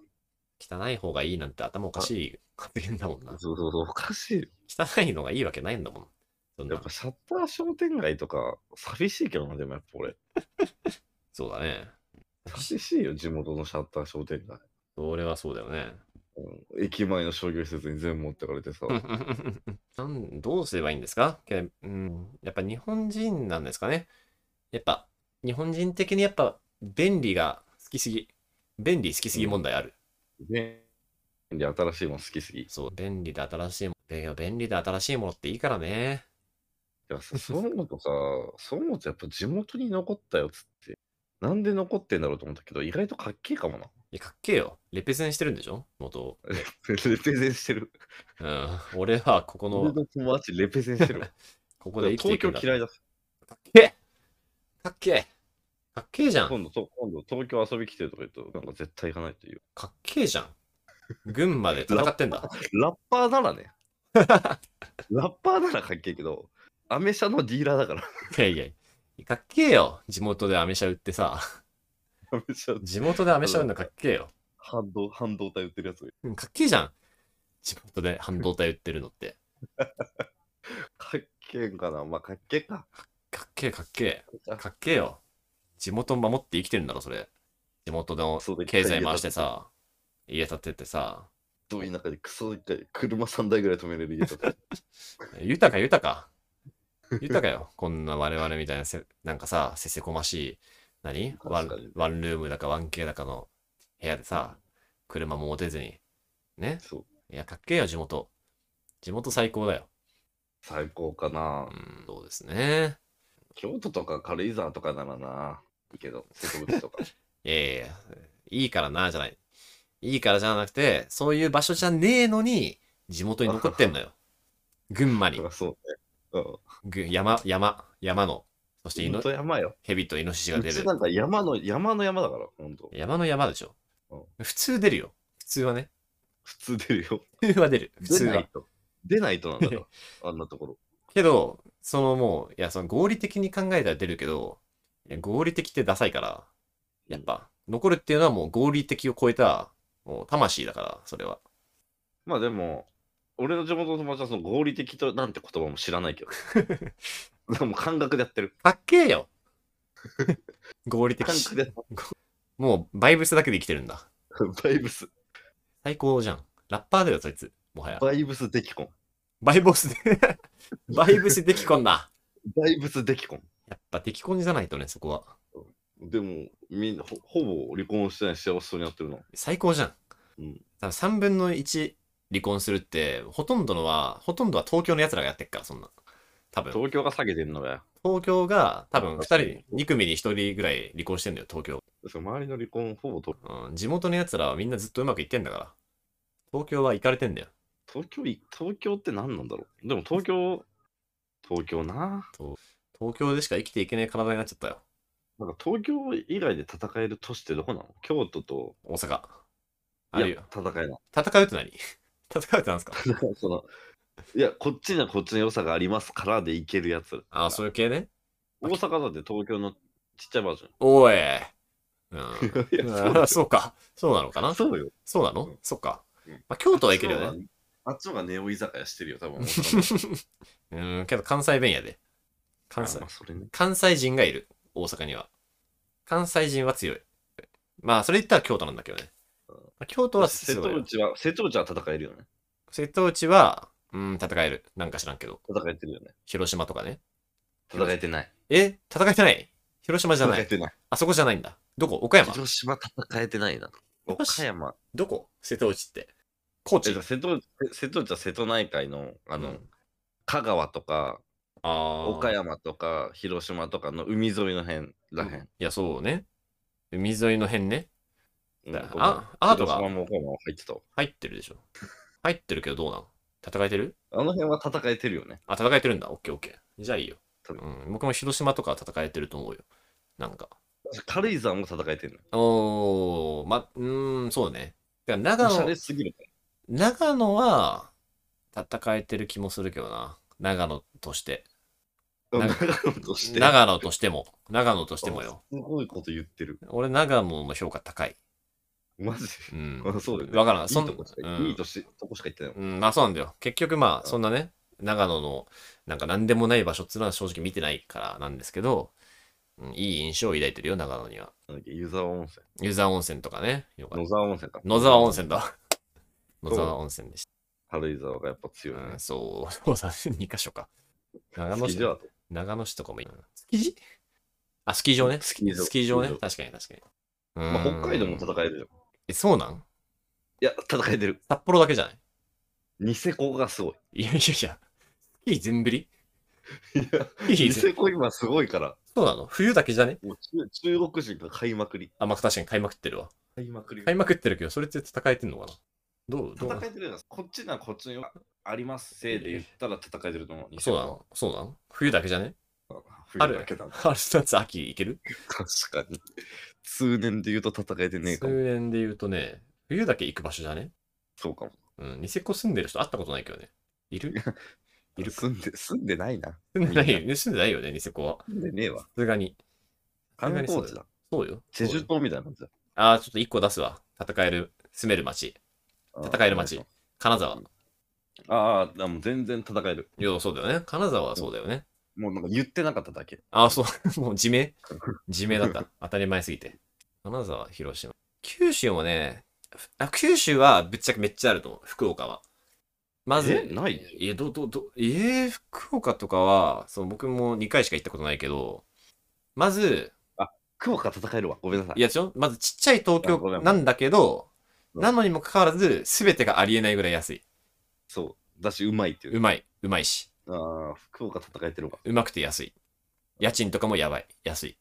[SPEAKER 2] 汚い方がいいなんて頭おかしい発言だもんな。
[SPEAKER 1] そうそうそう、おかしいよ。
[SPEAKER 2] 汚いのがいいわけないんだもん。そんな
[SPEAKER 1] やっぱシャッター商店街とか、寂しいけどな、でもやっぱ俺。
[SPEAKER 2] そうだね。
[SPEAKER 1] 寂しいよ、地元のシャッター商店街。
[SPEAKER 2] それはそうだよね。
[SPEAKER 1] うん駅前の商業施設に全部持ってかれてさ。
[SPEAKER 2] なんどうすればいいんですかけどうん、やっぱ日本人なんですかね。やっぱ日本人的にやっぱ便利が好きすぎ。便利好きすぎ問題ある。
[SPEAKER 1] ね。で、新しいもん好きすぎ。い
[SPEAKER 2] そう、便利で新しいもの。いや便利で新しいものっていいからね。
[SPEAKER 1] や、そそう思うとさ、そう思うとやっぱ地元に残ったよっつって。なんで残ってんだろうと思ったけど、意外とかっけえかもな。
[SPEAKER 2] いや、かっけえよ。レペゼンしてるんでしょ元を。
[SPEAKER 1] レペゼンしてる。
[SPEAKER 2] うん。俺はここ
[SPEAKER 1] 俺
[SPEAKER 2] の、
[SPEAKER 1] の友達レペゼンしてる
[SPEAKER 2] *laughs*
[SPEAKER 1] わ。
[SPEAKER 2] ここで生きてい
[SPEAKER 1] 東京
[SPEAKER 2] くんだ。
[SPEAKER 1] 嫌いだし。
[SPEAKER 2] かっけえかっけえじゃん
[SPEAKER 1] 今度と、今度東京遊び来てるとか言うと、なんか絶対行かないという。 *laughs*
[SPEAKER 2] かっけえじゃん。群馬で戦ってんだ。 *laughs*
[SPEAKER 1] ラッパーならね。ラッパーならかっけえけど、アメ車のディーラーだから。
[SPEAKER 2] いやいや、かっけえよ。地元でアメ車売ってさ。
[SPEAKER 1] アメ車、
[SPEAKER 2] 地元でアメ車売るのかっけえよ。
[SPEAKER 1] 半導半導体売ってるや *laughs* つ。
[SPEAKER 2] うんかっけえじゃん。地元で半導体売ってるのって。
[SPEAKER 1] かっけえんかなまあ、かっけえか。
[SPEAKER 2] かっけえかっけえ。かっけえよ。地元守って生きてるんだろ、それ。地元の
[SPEAKER 1] そうだ
[SPEAKER 2] 経済回してさ、家建ててさ、
[SPEAKER 1] どういう中でクソ一回、車3台ぐらい止めれる家
[SPEAKER 2] *laughs*
[SPEAKER 1] とか。
[SPEAKER 2] 豊か豊か。豊か *laughs* よ。こんな我々みたいなせ、なんかさ、せせこましい、何ワ
[SPEAKER 1] 確かに
[SPEAKER 2] ンワンルームだか 1K だかの部屋でさ、車も持てずに。ね
[SPEAKER 1] そう。
[SPEAKER 2] いや、かっけえよ、地元。地元最高だよ。
[SPEAKER 1] 最高かな
[SPEAKER 2] うん、そうですね。
[SPEAKER 1] 京都とか軽井沢とかならな。いいけど、瀬戸口
[SPEAKER 2] *laughs*
[SPEAKER 1] とか。
[SPEAKER 2] いやいやいや、いいからな、じゃない。いいからじゃなくて、そういう場所じゃねえのに、地元に残ってんのよ。群馬に
[SPEAKER 1] そり、ゃそうね。うん。
[SPEAKER 2] ぐ山、山、山の、そしていの
[SPEAKER 1] 本当山よ。
[SPEAKER 2] 蛇とイノシシが
[SPEAKER 1] う
[SPEAKER 2] 出
[SPEAKER 1] ち
[SPEAKER 2] る。
[SPEAKER 1] なんか山の山の山だから、本当。
[SPEAKER 2] 山の山でしょ。普通出るよ。普通はね。
[SPEAKER 1] 普通出るよ。
[SPEAKER 2] 普通は出る。 *laughs* 普
[SPEAKER 1] 出
[SPEAKER 2] 通
[SPEAKER 1] な。
[SPEAKER 2] はい
[SPEAKER 1] と。出ないとなん *laughs* だから、あんなところ。
[SPEAKER 2] けど、そのもう、いや、その合理的に考えたら出るけど、いや合理的ってダサいから、やっぱ、残るっていうのはもう合理的を超えた、もう魂だから、それは。
[SPEAKER 1] まあでも、俺の地元の友達はその合理的となんて言葉も知らないけ
[SPEAKER 2] *laughs*
[SPEAKER 1] ど。もう感覚でやってる。
[SPEAKER 2] かっけえよ *laughs* 合理的
[SPEAKER 1] 感覚でやって
[SPEAKER 2] もう、バイブスだけで生きてるんだ。
[SPEAKER 1] る。バイブス。
[SPEAKER 2] 最高じゃん。ラッパーだよ、そいつ。もはや。
[SPEAKER 1] バイブスデキコン。
[SPEAKER 2] バイボスで、 *laughs* バイブスできこんだ。
[SPEAKER 1] バイブスデキコン。
[SPEAKER 2] やっぱ、できこんじゃないとね、そこは。
[SPEAKER 1] でも、みんなほほぼ離婚してない幸せそうにやってるな。
[SPEAKER 2] 最高じゃ
[SPEAKER 1] う
[SPEAKER 2] ん。
[SPEAKER 1] ん。
[SPEAKER 2] 多分3分の1離婚するって、ほとんどのは、ほとんどは東京の奴らがやってっから、そんな。多分。
[SPEAKER 1] 東京が下げてんのだよ。
[SPEAKER 2] 東京が、多分2
[SPEAKER 1] 確かに
[SPEAKER 2] 人、2組に1人ぐらい離婚してんだよ、東京。
[SPEAKER 1] その周りの離婚ほぼ東
[SPEAKER 2] うん、地元の奴らはみんなずっとうまくいってんだから。東京は行かれてんだよ。
[SPEAKER 1] 東京い、東京って何なんだろう。でも東京、東京な。
[SPEAKER 2] 東京でしか生きていけない体になっちゃったよ。
[SPEAKER 1] なんか東京以外で戦える都市ってどこなの京都と、
[SPEAKER 2] 大阪。あ
[SPEAKER 1] い
[SPEAKER 2] るよ
[SPEAKER 1] や。、戦えない。
[SPEAKER 2] 戦うって
[SPEAKER 1] *laughs*
[SPEAKER 2] 何戦うってなんですか
[SPEAKER 1] その、いや、こっちにはこっちの良さがありますからでいけるやつ。
[SPEAKER 2] ああ、そういう系ね。
[SPEAKER 1] 大阪だって東京のちっちゃいバージ
[SPEAKER 2] おい。うん。
[SPEAKER 1] ョン。いや、 *laughs* そう
[SPEAKER 2] あ
[SPEAKER 1] だ
[SPEAKER 2] ーそうか。そうなのかな
[SPEAKER 1] そうよ。
[SPEAKER 2] そうなの
[SPEAKER 1] うん
[SPEAKER 2] そっか
[SPEAKER 1] うん。
[SPEAKER 2] まあ、京都はいけるよね。
[SPEAKER 1] ね。あっちの方がネオ居酒屋してるよ、多
[SPEAKER 2] *laughs*
[SPEAKER 1] 分。大阪
[SPEAKER 2] うん、けど関西弁やで。関西
[SPEAKER 1] あまあ、それね。
[SPEAKER 2] 関西人がいる。大阪には。関西人は強い。まあ、それ言ったら京都なんだけどね。
[SPEAKER 1] うん
[SPEAKER 2] まあ京都は
[SPEAKER 1] 瀬
[SPEAKER 2] す
[SPEAKER 1] 戸
[SPEAKER 2] ごいよ。
[SPEAKER 1] 内は、瀬戸内は戦えるよね。
[SPEAKER 2] 瀬戸内は、うん、戦える。なんか知らんけど。
[SPEAKER 1] 戦えてるよね。
[SPEAKER 2] 広島とかね。
[SPEAKER 1] 戦えてない。
[SPEAKER 2] え戦えてない広島じゃな
[SPEAKER 1] 戦え
[SPEAKER 2] い
[SPEAKER 1] てない。
[SPEAKER 2] あそこじゃないんだ。どこ岡山
[SPEAKER 1] 広島戦えてないな。
[SPEAKER 2] よし
[SPEAKER 1] 岡山。
[SPEAKER 2] どこ瀬戸内って。高
[SPEAKER 1] え
[SPEAKER 2] 知
[SPEAKER 1] っと瀬戸瀬戸内は瀬戸内海のあの、
[SPEAKER 2] うん
[SPEAKER 1] 香川とか
[SPEAKER 2] ああ
[SPEAKER 1] 岡山とか広島とかの海沿いの辺らへん。
[SPEAKER 2] いや、そうね。海沿いの辺ね。
[SPEAKER 1] うん
[SPEAKER 2] あ
[SPEAKER 1] ごめん
[SPEAKER 2] アートが
[SPEAKER 1] 広島も岡山も入ってたわ
[SPEAKER 2] 入ってるでしょ。入ってるけどどうなの戦えてる
[SPEAKER 1] あの辺は戦えてるよね。
[SPEAKER 2] あ、戦えてるんだ。オッケーオッケー。じゃあいいよ。
[SPEAKER 1] 多
[SPEAKER 2] うん、僕も広島とかは戦えてると思うよ。なんか。
[SPEAKER 1] 軽井沢も戦えてる
[SPEAKER 2] おー、ま、うーん、そうだね。だか
[SPEAKER 1] の。お
[SPEAKER 2] ら長
[SPEAKER 1] しゃれ
[SPEAKER 2] 野、
[SPEAKER 1] すぎるか
[SPEAKER 2] 長野は戦えてる気もするけどな。長野として。
[SPEAKER 1] ら。
[SPEAKER 2] な
[SPEAKER 1] 長野として。
[SPEAKER 2] 長野としても。長野としてもよ。
[SPEAKER 1] すごいこと言ってる。
[SPEAKER 2] 俺、長野の評価高い。
[SPEAKER 1] マジで。
[SPEAKER 2] うん。
[SPEAKER 1] あ *laughs* そうだよね
[SPEAKER 2] わからん。
[SPEAKER 1] い
[SPEAKER 2] そん
[SPEAKER 1] いとこしか、
[SPEAKER 2] うん
[SPEAKER 1] いいとしとこしか言ってないもん。
[SPEAKER 2] うん、まあそうなんだよ。結局ま
[SPEAKER 1] う
[SPEAKER 2] あ
[SPEAKER 1] ん
[SPEAKER 2] そんなね、長野のなんか何でもない場所っていうのは正直見てないからなんですけど、うん、いい印象を抱いてるよ、長野には。
[SPEAKER 1] なんだっけ湯沢温泉。
[SPEAKER 2] 湯沢温泉とかね、よかった
[SPEAKER 1] 野沢温泉か。
[SPEAKER 2] 野沢温。
[SPEAKER 1] *laughs*
[SPEAKER 2] 泉だ。野沢温泉でし
[SPEAKER 1] 軽井沢がやっぱ
[SPEAKER 2] た。
[SPEAKER 1] 強いね。
[SPEAKER 2] うん、そう、そうだね、2箇所か。長野
[SPEAKER 1] 好き
[SPEAKER 2] 市
[SPEAKER 1] じ、ゃ
[SPEAKER 2] 長野市とかもいい。スキー場あ、スキー場ね。
[SPEAKER 1] スキー場
[SPEAKER 2] スキー場ね。
[SPEAKER 1] スキー
[SPEAKER 2] 確かに確かに。
[SPEAKER 1] まあ、
[SPEAKER 2] うん
[SPEAKER 1] 北海道も戦えるよ。
[SPEAKER 2] え、そうなん
[SPEAKER 1] いや、戦えてる。
[SPEAKER 2] 札幌だけじゃない
[SPEAKER 1] ニセコがす
[SPEAKER 2] *laughs*
[SPEAKER 1] ごい。
[SPEAKER 2] いやいやいや、スキー全振り
[SPEAKER 1] いや、
[SPEAKER 2] いい
[SPEAKER 1] ニ
[SPEAKER 2] です
[SPEAKER 1] セコ今すごいから、
[SPEAKER 2] そうなの冬だけじゃね
[SPEAKER 1] もう中中国人が買いまくり。
[SPEAKER 2] あ、まあ、確かに買いまくってるわ。
[SPEAKER 1] 買いまくり。
[SPEAKER 2] 買いまくってるけど、それって戦えてんのかなどうどうな
[SPEAKER 1] 戦えてるな。こっちならこっちのありますせいで言ったら戦えてると思う。ニセ
[SPEAKER 2] そうな
[SPEAKER 1] コ
[SPEAKER 2] のそうなの冬だけじゃね
[SPEAKER 1] は
[SPEAKER 2] あ
[SPEAKER 1] 冬
[SPEAKER 2] る
[SPEAKER 1] だけだな。
[SPEAKER 2] 春夏秋いける
[SPEAKER 1] 確かに。通年で言うと戦えてねえかも。
[SPEAKER 2] 数年で言うとね、冬だけ行く場所じゃね
[SPEAKER 1] そうかも。
[SPEAKER 2] うん、ニセコ住んでる人会ったことないけどね。
[SPEAKER 1] *laughs*
[SPEAKER 2] いるいるか
[SPEAKER 1] 住んで、住んでないな。
[SPEAKER 2] 住んでないよね。住んでないよね、ニセコは。
[SPEAKER 1] 住んでねえわ
[SPEAKER 2] さ。すがに。
[SPEAKER 1] 観光地だ。
[SPEAKER 2] そうよ。
[SPEAKER 1] チェジュ島みたいなもんじ
[SPEAKER 2] ああ、ちょっと一個出すわ。戦える、住める町。
[SPEAKER 1] ゃん。
[SPEAKER 2] 戦える町。金沢。
[SPEAKER 1] ああ、もう全然戦える。
[SPEAKER 2] いや、そうだよね。金沢はそうだよね。
[SPEAKER 1] もうなんか言ってなかっただ
[SPEAKER 2] *laughs*
[SPEAKER 1] け。
[SPEAKER 2] ああ、そう。もう地名地名
[SPEAKER 1] *laughs*
[SPEAKER 2] だった。当たり前すぎて。金沢、広島。九州もね、あ九州はぶっちゃけめっちゃあると思う。福岡は。まず、
[SPEAKER 1] えない
[SPEAKER 2] え、ど、ど、ど、えー、福岡とかは、そう、僕も2回しか行ったことないけど、まず、
[SPEAKER 1] 福岡戦えるわ。ごめんなさい。
[SPEAKER 2] いや、ちょ、まずちっちゃい東
[SPEAKER 1] あごめ
[SPEAKER 2] 京
[SPEAKER 1] ん
[SPEAKER 2] なんだけど、
[SPEAKER 1] うん
[SPEAKER 2] なのにもかかわらず、すべてがありえないぐらい安い。
[SPEAKER 1] そう。だし、うまいっていう
[SPEAKER 2] う。まい、うまいし、
[SPEAKER 1] ああ、福岡戦えてるわ。
[SPEAKER 2] うまくて安い。家賃とかもやばい、安い。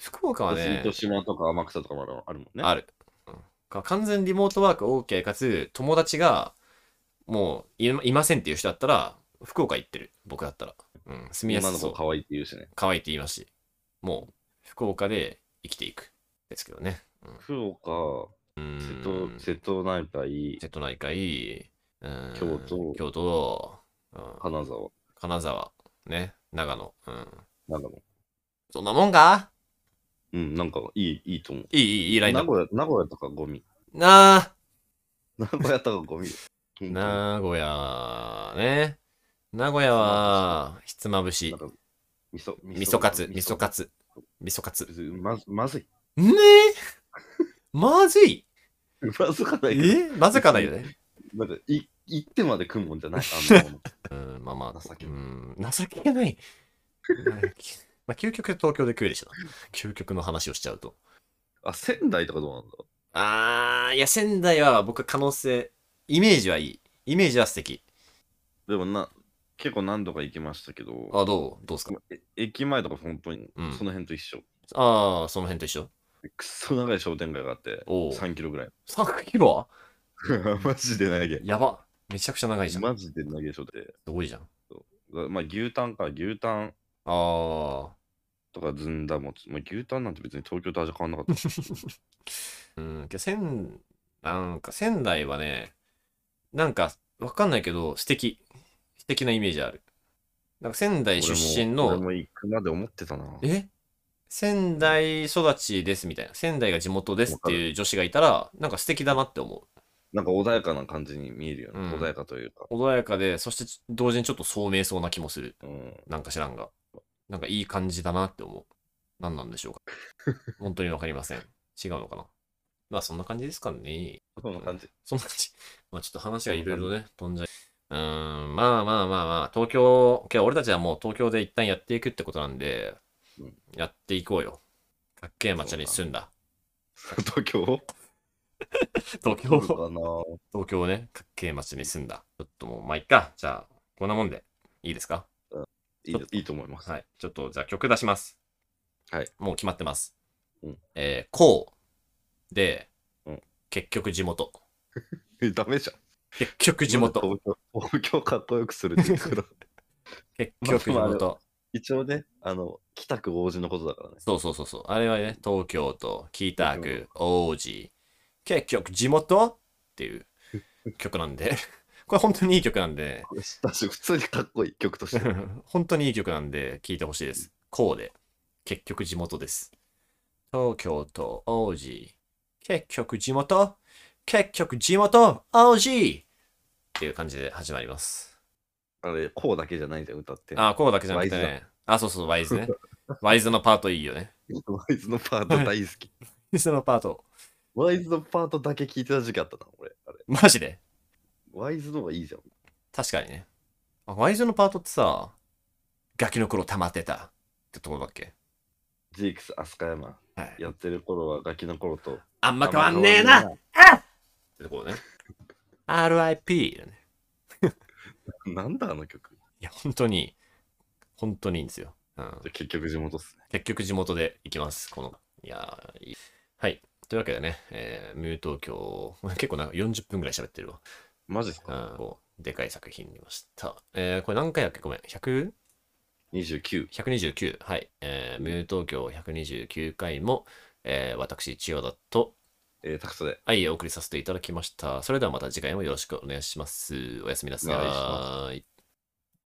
[SPEAKER 2] 福岡はね
[SPEAKER 1] 私、糸島とか天草とかもあるあるもんね。
[SPEAKER 2] ある。うん完全リモートワーク OK かつ、友達がもういいませんっていう人だったら、福岡行ってる、僕だったら。うん、住みや
[SPEAKER 1] 今
[SPEAKER 2] す
[SPEAKER 1] の
[SPEAKER 2] そ
[SPEAKER 1] 子
[SPEAKER 2] う。
[SPEAKER 1] 可愛いって言うしね。
[SPEAKER 2] 可愛いって言いますし、もう福岡で生きていく。ですけどね。
[SPEAKER 1] 福岡、
[SPEAKER 2] うん
[SPEAKER 1] 瀬戸、瀬戸内海、
[SPEAKER 2] 瀬戸内海、うん
[SPEAKER 1] 京都
[SPEAKER 2] 京都、うん
[SPEAKER 1] 金沢、
[SPEAKER 2] 金沢、ね、長野。うん、
[SPEAKER 1] なんだろ
[SPEAKER 2] そんなもんか
[SPEAKER 1] う。うん、なんかいい、いいと思う。
[SPEAKER 2] いい、いい、いいライン
[SPEAKER 1] 名
[SPEAKER 2] だ。
[SPEAKER 1] 古屋、名古屋とかゴミ。 *laughs*
[SPEAKER 2] なあ、
[SPEAKER 1] 名古屋とかゴミ。本当に
[SPEAKER 2] 名古屋、ね。名古屋は、ひつまぶし
[SPEAKER 1] なん、か味噌、
[SPEAKER 2] 味噌カツ、味噌カ。ツ、味噌カツ。
[SPEAKER 1] 別にまず、まずい。 *laughs*
[SPEAKER 2] ねえまずい
[SPEAKER 1] まずかないけど
[SPEAKER 2] えまずかないよね。
[SPEAKER 1] だって、い、行ってまで食うもんじゃない。あんなもの
[SPEAKER 2] うん、まあまあ、
[SPEAKER 1] 情け
[SPEAKER 2] う
[SPEAKER 1] ない
[SPEAKER 2] ん、情けない。まあ、究極東京で食うでしょ。究極の話をしちゃうと。
[SPEAKER 1] あ、仙台とかどうなんだろ
[SPEAKER 2] あー、いや、仙台は僕は可能性、イメージはいい。イメージは素敵。
[SPEAKER 1] うでもな、結構何度か行きましたけど、
[SPEAKER 2] あ、どうどうですか
[SPEAKER 1] え駅前とか本当に
[SPEAKER 2] うん
[SPEAKER 1] その辺と一緒。
[SPEAKER 2] あー、その辺と一緒。
[SPEAKER 1] くっそ長い商店街があって、
[SPEAKER 2] おう
[SPEAKER 1] 3キロぐらい。
[SPEAKER 2] 3キロ
[SPEAKER 1] マジで長い。
[SPEAKER 2] やば。めちゃくちゃ長いじゃん。
[SPEAKER 1] マジで長い商店
[SPEAKER 2] すごいじゃん。
[SPEAKER 1] 街。まあ、牛タンか、牛タン
[SPEAKER 2] あー。
[SPEAKER 1] とかずんだ餅。まあ、牛タンなんて別に東京と味変わんなかった。
[SPEAKER 2] うん、けど仙、なんか仙台はね、なんかわかんないけど、素敵。素敵なイメージある。なんか仙台出身
[SPEAKER 1] 俺も
[SPEAKER 2] の、
[SPEAKER 1] 俺も行くまで思ってたな。
[SPEAKER 2] え仙台育ちですみたいな。仙台が地元ですっていう女子がいたら、なんか素敵だなって思
[SPEAKER 1] なんか穏やかな感じに見えるよね。
[SPEAKER 2] うん
[SPEAKER 1] 穏やかというか。
[SPEAKER 2] う。穏やかで、そしてち同時にちょっと聡明そうな気もする。
[SPEAKER 1] うん。
[SPEAKER 2] なんか知らんが。なんかいい感じだなって思う。何なんでしょうか。本当にわかりません。違うのかな。まあそんな感じですかね。
[SPEAKER 1] そんな感じ。
[SPEAKER 2] そんな感じ。まあちょっと *laughs* 話がいろいろね、飛んじゃい。うーん、まあまあまあまあ、東京、けど俺たちはもう東京で一旦やっていくってことなんで、
[SPEAKER 1] うん
[SPEAKER 2] やっていこうよ。かっけえ街に
[SPEAKER 1] *laughs*
[SPEAKER 2] 住んだ。
[SPEAKER 1] 東京
[SPEAKER 2] 東京
[SPEAKER 1] どう、かな
[SPEAKER 2] 東京ね、かっけえ街に住んだ。ちょっともう、まあいっか。じゃあ、こんなもんで、いいですか
[SPEAKER 1] いいですいいと思います。
[SPEAKER 2] はい。ちょっと、じゃあ曲出します。
[SPEAKER 1] はい。
[SPEAKER 2] もう決まってます。
[SPEAKER 1] うん
[SPEAKER 2] えー、こう。で、
[SPEAKER 1] うん
[SPEAKER 2] 結局地元。
[SPEAKER 1] えダメじゃん。
[SPEAKER 2] 結局地元。
[SPEAKER 1] 東京。東京かっこよくするって言うから。
[SPEAKER 2] 結局地
[SPEAKER 1] まあまあ
[SPEAKER 2] 元。
[SPEAKER 1] *laughs* 一応ね、あの、北区王子のことだからね。
[SPEAKER 2] そうそうそうそう。あれはね、東京都、北区、王子、結局地元っ
[SPEAKER 1] *laughs*
[SPEAKER 2] ていう曲なんで、これ本当にいい曲なんで、 *laughs*
[SPEAKER 1] これだし、普通にかっこいい曲として。
[SPEAKER 2] 本当にいい曲なんで聴いてほしいです。こうで、結局地元です。東京都、王子、結局地元、結局地元、王子っていう感じで始まります。
[SPEAKER 1] あれ、こうだけじゃないじゃん、歌って。
[SPEAKER 2] あ、こうだけじゃなくて
[SPEAKER 1] ワイ
[SPEAKER 2] ね。あ、そうそう、ワイズね。ワイズのパートいいよね。
[SPEAKER 1] ワイズのパート大好き。
[SPEAKER 2] ワイズのパート。
[SPEAKER 1] ワイズのパートだけ聞いてた時期あったな、俺。あれ。
[SPEAKER 2] マジで
[SPEAKER 1] ワイズの方がいいじゃん。
[SPEAKER 2] 確かにね。あ、ワイズのパートってさ、ガキの頃溜まってたってとこだっけ
[SPEAKER 1] ジークス、アスカヤマ。
[SPEAKER 2] はい。
[SPEAKER 1] やってる頃はガキの頃と。
[SPEAKER 2] あんま変
[SPEAKER 1] 変
[SPEAKER 2] わ
[SPEAKER 1] わ
[SPEAKER 2] ん
[SPEAKER 1] ん
[SPEAKER 2] ね
[SPEAKER 1] ね
[SPEAKER 2] え
[SPEAKER 1] え
[SPEAKER 2] な
[SPEAKER 1] な
[SPEAKER 2] あってとこね。RIP だね。
[SPEAKER 1] なんだ、あの曲。
[SPEAKER 2] いや、本当に、本当にいいんですよ。うん。
[SPEAKER 1] 結局地元っすね。
[SPEAKER 2] 結局地元で行きます、この。いやーいいはい。というわけでね、えー、ムー東京、 *laughs* 結構なんか40分ぐらい喋ってるわ。
[SPEAKER 1] マジっす
[SPEAKER 2] う
[SPEAKER 1] か
[SPEAKER 2] ん、こうでかい作品見ました。えー、これ何回だっけごめん。100?
[SPEAKER 1] 29。
[SPEAKER 2] 129はい、えー、ムー東京129回も、えー、私千代田と
[SPEAKER 1] えー、タクソで。
[SPEAKER 2] 愛をお送りさせていただきましたそれではまた次回もよろしくお願いしますおやすみなさ
[SPEAKER 1] お願いし
[SPEAKER 2] い